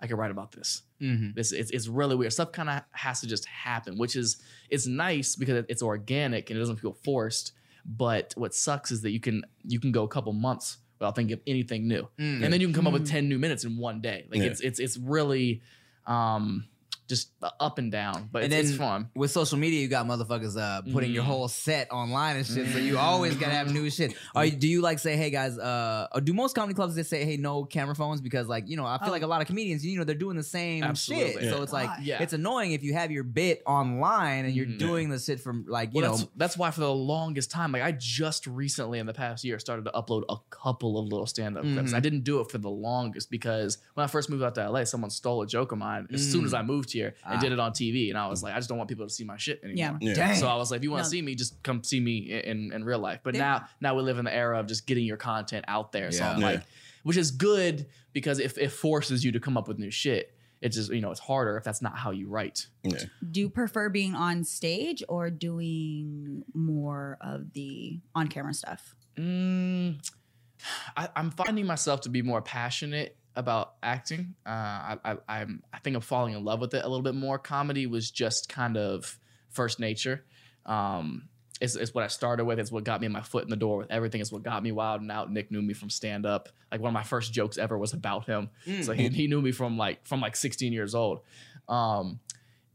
Speaker 4: I could write about this.
Speaker 1: Mm-hmm.
Speaker 4: This it's, it's really weird. Stuff kind of has to just happen, which is it's nice because it- it's organic and it doesn't feel forced. But what sucks is that you can you can go a couple months without thinking of anything new, and then you can come up
Speaker 1: Mm-hmm.
Speaker 4: with ten new minutes in one day. Like
Speaker 2: Yeah.
Speaker 4: it's it's it's really um, just up and down, but
Speaker 1: And
Speaker 4: it's, it's
Speaker 1: then-
Speaker 4: fun.
Speaker 1: With social media, you got motherfuckers uh, putting your
Speaker 4: Mm.
Speaker 1: whole set online and shit, so you always gotta have new shit. Or do you like say, hey guys, uh, or do most comedy clubs just say, hey, no camera phones? Because like you know, I feel
Speaker 3: Oh.
Speaker 1: like a lot of comedians, you know, they're doing the same shit,
Speaker 4: Absolutely.
Speaker 1: so it's like.
Speaker 3: God.
Speaker 4: Yeah,
Speaker 1: It's annoying if you have your bit online and you're
Speaker 4: Mhm.
Speaker 1: doing the shit from like you
Speaker 4: well,
Speaker 1: know
Speaker 4: that's, that's why for the longest time, like I just recently in the past year started to upload a couple of little stand-up clips.
Speaker 1: Mhm.
Speaker 4: I didn't do it for the longest because when I first moved out to LA, someone stole a joke of mine as soon as
Speaker 1: Mm.
Speaker 4: I moved here and
Speaker 1: Ah.
Speaker 4: did it on TV. And I was like, I just don't want people to see my shit anymore.
Speaker 2: Yeah.
Speaker 1: Dang.
Speaker 4: So I was like, if you want to
Speaker 3: No.
Speaker 4: see me, just come see me i- in, in real life. But
Speaker 3: They-
Speaker 4: now now we live in the era of just getting your content out there. So
Speaker 1: Yeah.
Speaker 4: I'm
Speaker 2: Yeah.
Speaker 4: like, which is good because if it forces you to come up with new shit, it's just, you know, it's harder if that's not how you write.
Speaker 3: Do you prefer being on stage or doing more of the on camera stuff?
Speaker 4: Mm, I, I'm finding myself to be more passionate about acting. Uh, I, I, I'm, I think I'm falling in love with it a little bit more. Comedy was just kind of first nature. Um, it's, it's what I started with. It's what got me my foot in the door with everything. It's what got me wild and out. Nick knew me from stand up. Like one of my first jokes ever was about him.
Speaker 1: Mm.
Speaker 4: So he, he knew me from like from like 16 years old. Um,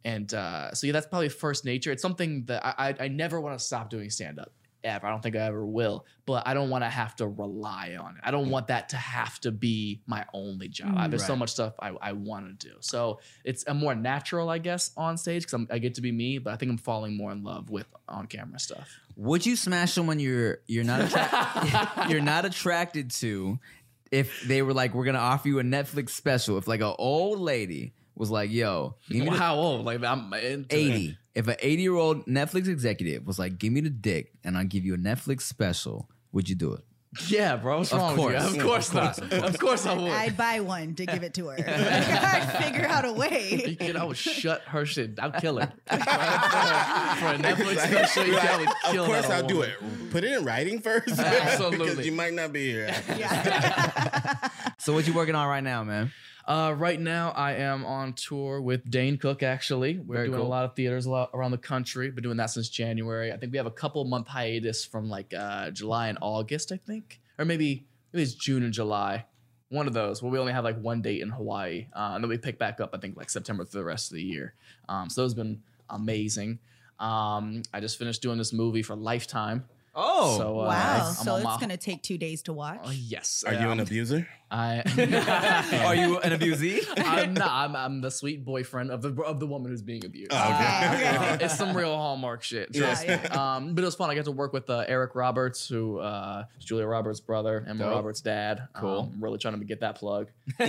Speaker 4: and uh, so yeah, that's probably first nature. It's something that I I, I never want to stop doing stand up ever. I don't think I ever will. But I don't want to have to rely on it. I don't want that to have to be my only job.
Speaker 3: Mm.
Speaker 4: There's so
Speaker 1: Right.
Speaker 4: much stuff I, I want to do. So it's a more natural, I guess, on stage because I get to be me. But I think I'm falling more in love with on camera stuff.
Speaker 1: Would you smash someone you're you're not attra- you're not attracted to if they were like we're gonna offer you a Netflix special if like an old lady was like yo give me the
Speaker 4: how old? Like I'm into it.
Speaker 1: eighty if an eighty year old Netflix executive was like give me the dick and I'll give you a Netflix special would you do it
Speaker 4: Yeah, bro. What's
Speaker 1: Of
Speaker 4: wrong
Speaker 1: course.
Speaker 4: with you? Of course not. Of course I would.
Speaker 6: I'd buy one to give it to her. I'd figure out a
Speaker 4: Are you
Speaker 6: way.
Speaker 4: kidding? I would shut her shit. I'd kill her. For a Netflix special, you I would
Speaker 2: of
Speaker 4: kill
Speaker 2: course,
Speaker 4: that
Speaker 2: I'll do
Speaker 4: woman.
Speaker 2: it. Put it in writing first, because
Speaker 4: Absolutely.
Speaker 2: you might not be here.
Speaker 1: so what you working on right now man
Speaker 4: Uh, right now, I am on tour with Dane Cook. Actually, we're
Speaker 1: Very
Speaker 4: doing
Speaker 1: cool.
Speaker 4: a lot of theaters a lot around the country. Been doing that since January. I think we have a couple month hiatus from like uh, July and August. I think, or maybe maybe it's June and July. One of those where we only have like one date in Hawaii, uh, and then we pick back up. I think like September for the rest of the year. Um, so those have been amazing. Um, I just finished doing this movie for Lifetime.
Speaker 1: oh
Speaker 4: so, uh,
Speaker 6: wow.
Speaker 4: I'm
Speaker 6: so
Speaker 4: on
Speaker 6: it's
Speaker 4: my-
Speaker 6: going to take two days to watch.
Speaker 4: Oh, yes.
Speaker 2: Are you
Speaker 4: um,
Speaker 2: an abuser?
Speaker 4: I
Speaker 1: are you an abusee
Speaker 4: I'm not. I'm, I'm the sweet boyfriend of the of the woman who's being abused. Uh,
Speaker 6: okay.
Speaker 4: it's some real hallmark shit. Trust
Speaker 6: Yeah,
Speaker 4: me. Um, but it was fun. I got to work with uh, Eric Roberts, who uh, is Julia Roberts' brother, Emma
Speaker 1: Dope.
Speaker 4: Roberts' dad.
Speaker 1: Cool.
Speaker 4: Um, really trying to get that plug. Uh,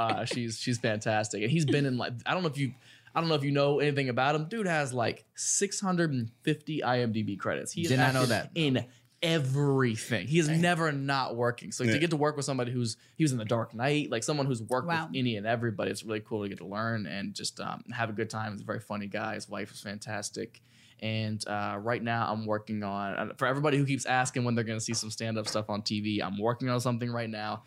Speaker 4: uh, she's she's fantastic, and he's been in like I don't know if you. I don't know if you know anything about him. Dude has like 650 IMDb credits. He has
Speaker 1: Did not know
Speaker 4: acted
Speaker 1: that.
Speaker 4: in everything. He is never not working. So
Speaker 2: Yeah.
Speaker 4: to get to work with somebody who's he was in the Dark Knight, like someone who's worked
Speaker 3: Wow.
Speaker 4: with any and everybody, it's really cool to get to learn and just um, have a good time. He's a very funny guy. His wife is fantastic. And uh, right now, I'm working on uh, for everybody who keeps asking when they're going to see some stand up stuff on TV. I'm working on something right now.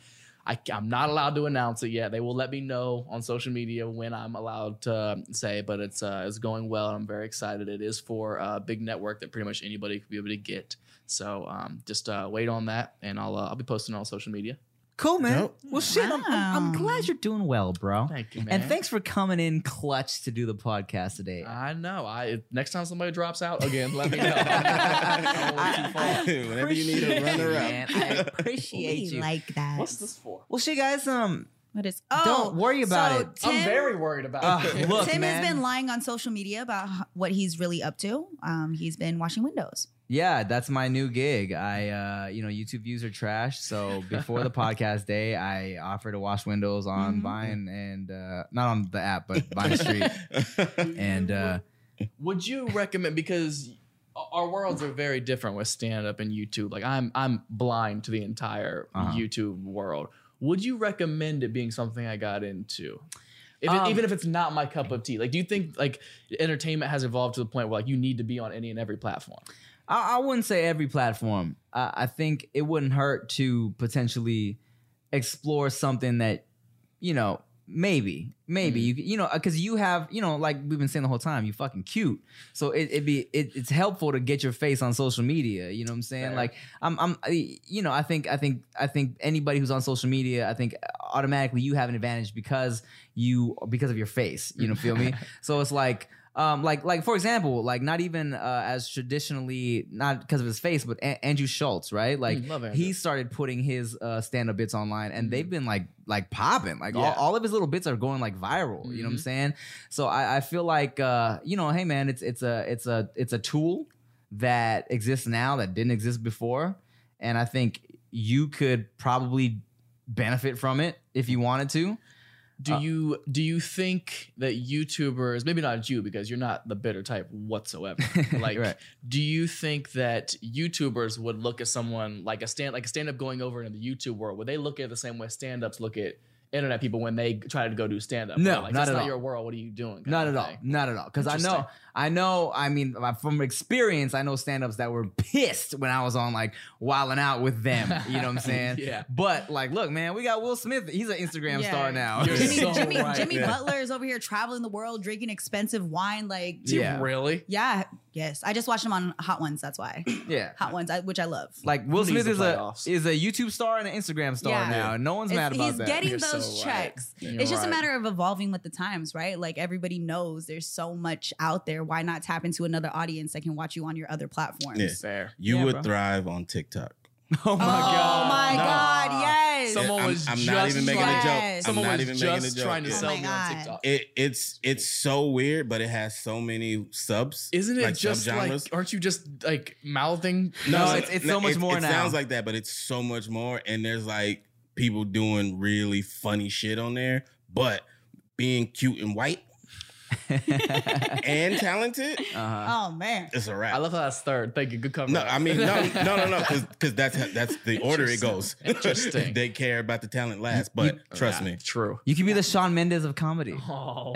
Speaker 4: I, am not allowed to announce it yet. They will let me know on social media when I'm allowed to say, but it's uh, it's going well. I'm very excited. It is for a big network that pretty much anybody could be able to get. So um, just uh, wait on that, and I'll uh, I'll be posting on social media.
Speaker 1: cool man
Speaker 2: Nope.
Speaker 1: well shit I'm, I'm, I'm
Speaker 3: Wow.
Speaker 1: glad you're doing well bro
Speaker 4: Thank you, man.
Speaker 1: and thanks for coming in clutch to do the podcast today
Speaker 4: I know. I if- next time somebody drops out again, let me know.
Speaker 1: I- I
Speaker 2: Whenever you need a
Speaker 1: appreciate
Speaker 2: runner
Speaker 1: you,
Speaker 2: up.
Speaker 1: man. I appreciate
Speaker 6: We
Speaker 1: you.
Speaker 6: like that.
Speaker 4: for?
Speaker 1: well, shit, guys. Um,
Speaker 3: What is?
Speaker 1: Don't worry about
Speaker 3: so
Speaker 1: it.
Speaker 3: Tim,
Speaker 4: I'm very worried about
Speaker 1: uh,
Speaker 4: it.
Speaker 1: look,
Speaker 3: Oh, Tim
Speaker 1: man.
Speaker 3: has been lying on social media about h- what he's really up to. Um, he's been washing windows.
Speaker 1: yeah, that's my new gig. I, uh, you know, YouTube views are trash. So before the podcast day, I offer to wash windows on
Speaker 3: Mhm.
Speaker 1: Vine and uh, not on the app, but Vine Street, and uh,
Speaker 4: Would you recommend because our worlds are very different with stand up and YouTube. Like I'm I'm blind to the entire
Speaker 1: Uh-huh.
Speaker 4: YouTube world. Would you recommend it being something I got into? If it,
Speaker 1: Um,
Speaker 4: even if it's not my cup of tea, like, do you think like entertainment has evolved to the point where like you need to be on any and every platform?
Speaker 1: I, I wouldn't say every platform. I, I think it wouldn't hurt to potentially explore something that, you know, maybe, maybe you you know, because you have you know, like we've been saying the whole time, you fucking cute. So it it be it, it's helpful to get your face on social media. You know what I'm saying?
Speaker 4: Fair.
Speaker 1: Like I'm I'm I- you know I think I think I think anybody who's on social media, I think automatically you have an advantage because you because of your face. You know, feel me? So it's like, um, like, like for example, like not even uh, as traditionally, not because of his face, but a- Andrew Schultz, right? Like
Speaker 4: Mm, love Andrew.
Speaker 1: he started putting his uh, stand-up bits online, and they've been like, like popping. Like
Speaker 4: Mm-hmm. Yeah.
Speaker 1: all, all of his little bits are going like viral. You know what I'm
Speaker 4: Mhm.
Speaker 1: saying? So I, I feel like, uh, you know, hey man, it's it's a it's a it's a tool that exists now that didn't exist before, and I think you could probably benefit from it if you wanted to.
Speaker 4: Do
Speaker 1: Uh,
Speaker 4: you do you think that YouTubers, maybe not you because you're not the bitter type whatsoever. Like,
Speaker 1: Right.
Speaker 4: do you think that YouTubers would look at someone like a stand like a stand up going over into the YouTube world? Would they look at it the same way stand ups look at internet people when they try to go do stand up?
Speaker 1: No,
Speaker 4: like,
Speaker 1: not
Speaker 4: that's
Speaker 1: at
Speaker 4: not
Speaker 1: all.
Speaker 4: your world. What are you doing? kind
Speaker 1: Not
Speaker 4: of
Speaker 1: at all.
Speaker 4: thing.
Speaker 1: Not at all. Because I know,
Speaker 4: Interesting.
Speaker 1: I know. I mean, uh, from experience, I know stand-ups that were pissed when I was on like wilding out with them. You know what I'm saying?
Speaker 4: Yeah.
Speaker 1: But like, look, man, we got Will Smith. He's an Instagram
Speaker 6: Yeah.
Speaker 1: star now.
Speaker 4: You're
Speaker 3: Jimmy,
Speaker 4: so
Speaker 3: Jimmy,
Speaker 4: right.
Speaker 3: Jimmy
Speaker 2: Yeah.
Speaker 3: Butler is over here traveling the world, drinking expensive wine. Like,
Speaker 1: Yeah.
Speaker 4: Really?
Speaker 3: yeah, yes. I just watched him on Hot Ones. That's why
Speaker 1: yeah.
Speaker 3: Hot Ones, I, which I love.
Speaker 1: Like Will
Speaker 4: Who
Speaker 1: Smith
Speaker 4: needs the
Speaker 1: is a
Speaker 4: playoffs?
Speaker 1: is a YouTube star and an Instagram star
Speaker 3: Yeah.
Speaker 1: now, and no one's
Speaker 3: It's-
Speaker 1: mad about
Speaker 3: he's
Speaker 1: that.
Speaker 3: getting
Speaker 4: You're so
Speaker 3: those
Speaker 4: right.
Speaker 3: checks.
Speaker 4: You're
Speaker 3: it's just a
Speaker 4: right.
Speaker 3: matter of evolving with the times, right? Like everybody knows there's so much out there. Why not tap into another audience that can watch you on your other platforms?
Speaker 2: Yeah.
Speaker 4: Fair.
Speaker 2: You
Speaker 1: Yeah,
Speaker 2: would
Speaker 1: bro.
Speaker 2: thrive on TikTok.
Speaker 1: oh my
Speaker 3: Oh
Speaker 1: god!
Speaker 3: my
Speaker 2: No.
Speaker 3: god, yes.
Speaker 4: Someone- was
Speaker 2: I'm, I'm not
Speaker 4: just
Speaker 2: even making
Speaker 3: trying-
Speaker 2: a joke.
Speaker 3: Yes.
Speaker 2: I'm
Speaker 4: Someone
Speaker 2: not
Speaker 4: was
Speaker 2: even making a
Speaker 4: just
Speaker 2: joke.
Speaker 4: trying to
Speaker 2: Yeah.
Speaker 4: sell
Speaker 3: Oh
Speaker 4: me
Speaker 3: my
Speaker 4: on
Speaker 3: God.
Speaker 4: TikTok.
Speaker 2: It, it's it's so weird, but it has so many subs.
Speaker 4: Isn't it
Speaker 2: like
Speaker 4: just like?
Speaker 2: subgenres?
Speaker 4: Aren't you just like mouthing?
Speaker 1: No, it's- it's so much
Speaker 2: it-
Speaker 1: more
Speaker 2: it
Speaker 1: now.
Speaker 2: sounds like that, but it's so much more. And there's like people doing really funny shit on there, but being cute and white and talented,
Speaker 1: uh-huh.
Speaker 3: oh man.
Speaker 2: it's a wrap.
Speaker 4: I love how that's third. Thank you. Good cover.
Speaker 2: no,
Speaker 4: up.
Speaker 2: I mean no, no, no, no, because that's how- that's the order it goes.
Speaker 4: Interesting.
Speaker 2: they care about the talent last, but trust
Speaker 4: Yeah,
Speaker 2: me,
Speaker 4: True.
Speaker 1: You could be the Sean Mendes of comedy.
Speaker 4: Oh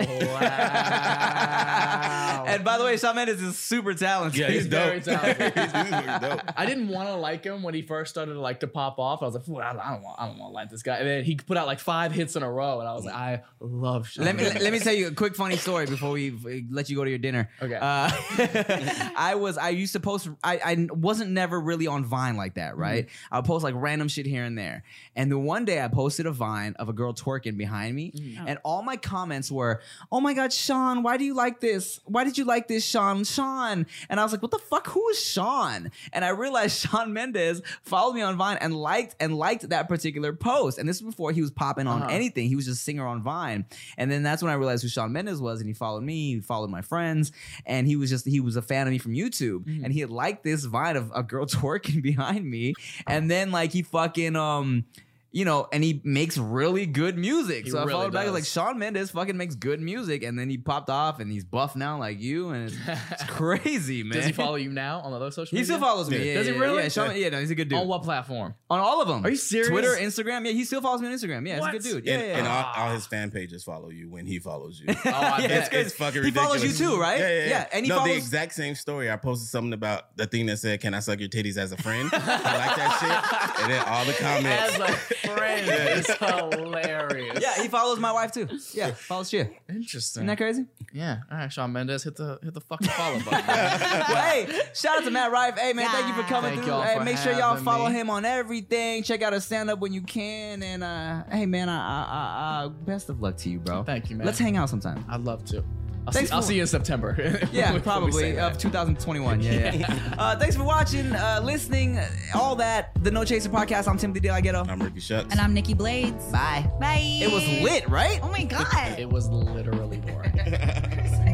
Speaker 1: and by the way, Sean Mendes is super talented.
Speaker 2: yeah,
Speaker 4: he's
Speaker 2: he's, dope.
Speaker 4: very talented.
Speaker 2: He's- he's fucking dope.
Speaker 4: I didn't want to like him when he first started to like to pop off. I was like, "Fool, I don't- I don't want, I don't want to like this guy. And then he put out like five hits in a row, and I was like, I love. Shawn
Speaker 1: let me
Speaker 4: Mendes.
Speaker 1: let me tell you a quick funny story before we v- let you go to your dinner.
Speaker 4: Okay.
Speaker 1: Uh, I was I used to post I, I wasn't never really on Vine like that, right? I would post like random shit here and there. And then one day I posted a Vine of a girl twerking behind me, and all my comments were, "Oh my god, Sean, why do you like this? Why did you like this, Sean? Sean?" And I was like, "What the fuck? Who is Sean?" And I realized Sean Mendez followed me on Vine and liked and liked that particular post. And this was before he was popping on
Speaker 4: Uh-huh.
Speaker 1: anything. He was just singer on Vine. And then that's when I realized who Sean Mendes was, and he followed me, he followed my friends, and he was just he was a fan of me from YouTube,
Speaker 4: Mhm.
Speaker 1: and he had liked this vine of a girl twerking behind me, and then like he fucking um. You know, and he makes really good music.
Speaker 4: He
Speaker 1: so I
Speaker 4: really
Speaker 1: followed back. I was
Speaker 4: does.
Speaker 1: like, Sean Mendes fucking makes good music, and then he popped off, and he's buff now, like you, and it's, it's crazy, man.
Speaker 4: Does he follow you now on other social?
Speaker 1: He
Speaker 4: media?
Speaker 1: still follows me.
Speaker 2: Yeah.
Speaker 1: Yeah,
Speaker 4: Does he
Speaker 1: yeah,
Speaker 4: really?
Speaker 1: Yeah, Sean, yeah, no, he's a good dude.
Speaker 4: On
Speaker 1: On,
Speaker 4: what platform?
Speaker 1: all of them.
Speaker 4: Are you serious?
Speaker 1: Twitter, Instagram. Yeah, he still follows me on Instagram. Yeah,
Speaker 4: What?
Speaker 1: he's a good dude. Yeah,
Speaker 2: And,
Speaker 1: yeah, yeah.
Speaker 2: and all, all his fan pages follow you when he follows you.
Speaker 4: Oh, I
Speaker 1: Yeah,
Speaker 4: bet.
Speaker 1: it's crazy.
Speaker 2: It's fucking
Speaker 1: He follows
Speaker 2: ridiculous.
Speaker 1: you too, right?
Speaker 2: Yeah, yeah, yeah.
Speaker 1: And he
Speaker 2: no,
Speaker 1: follows.
Speaker 2: the exact same story. I posted something about the thing that said, "Can I suck your titties as a friend?" I like that shit. And then all the comments.
Speaker 4: As a friend,
Speaker 2: Yeah.
Speaker 4: it's hilarious.
Speaker 1: yeah, he follows my wife too. Yeah, follows Chia. Isn't
Speaker 4: Interesting.
Speaker 1: that crazy?
Speaker 4: yeah. All right, Sean Mendes, hit the hit the fucking follow button.
Speaker 1: Well, hey, shout out to Matt Rife. Hey man, thank you for coming
Speaker 4: Thank
Speaker 1: through.
Speaker 4: y'all
Speaker 1: Hey,
Speaker 4: for
Speaker 1: make sure y'all
Speaker 4: having
Speaker 1: follow
Speaker 4: me.
Speaker 1: him on everything. Check out his stand up when you can. And uh, hey man, I, I, I, I, best of luck to you, bro.
Speaker 4: Thank you, man.
Speaker 1: Let's hang out sometime.
Speaker 4: I'd love to. I'll,
Speaker 1: Thanks
Speaker 4: see, I'll
Speaker 1: for-
Speaker 4: see you in September. When
Speaker 1: Yeah,
Speaker 4: we say
Speaker 1: probably Uh,
Speaker 4: that.
Speaker 1: of 2021. Yeah, yeah. uh, thanks for watching, uh, listening, uh, all that. The No Chaser podcast. I'm Timothy De La Ghetto.
Speaker 2: I'm Ricky Shucks.
Speaker 3: And I'm Nikki Blades.
Speaker 1: Bye.
Speaker 3: Bye.
Speaker 1: It was lit, right?
Speaker 3: Oh my god.
Speaker 4: It was literally boring.
Speaker 3: Chris.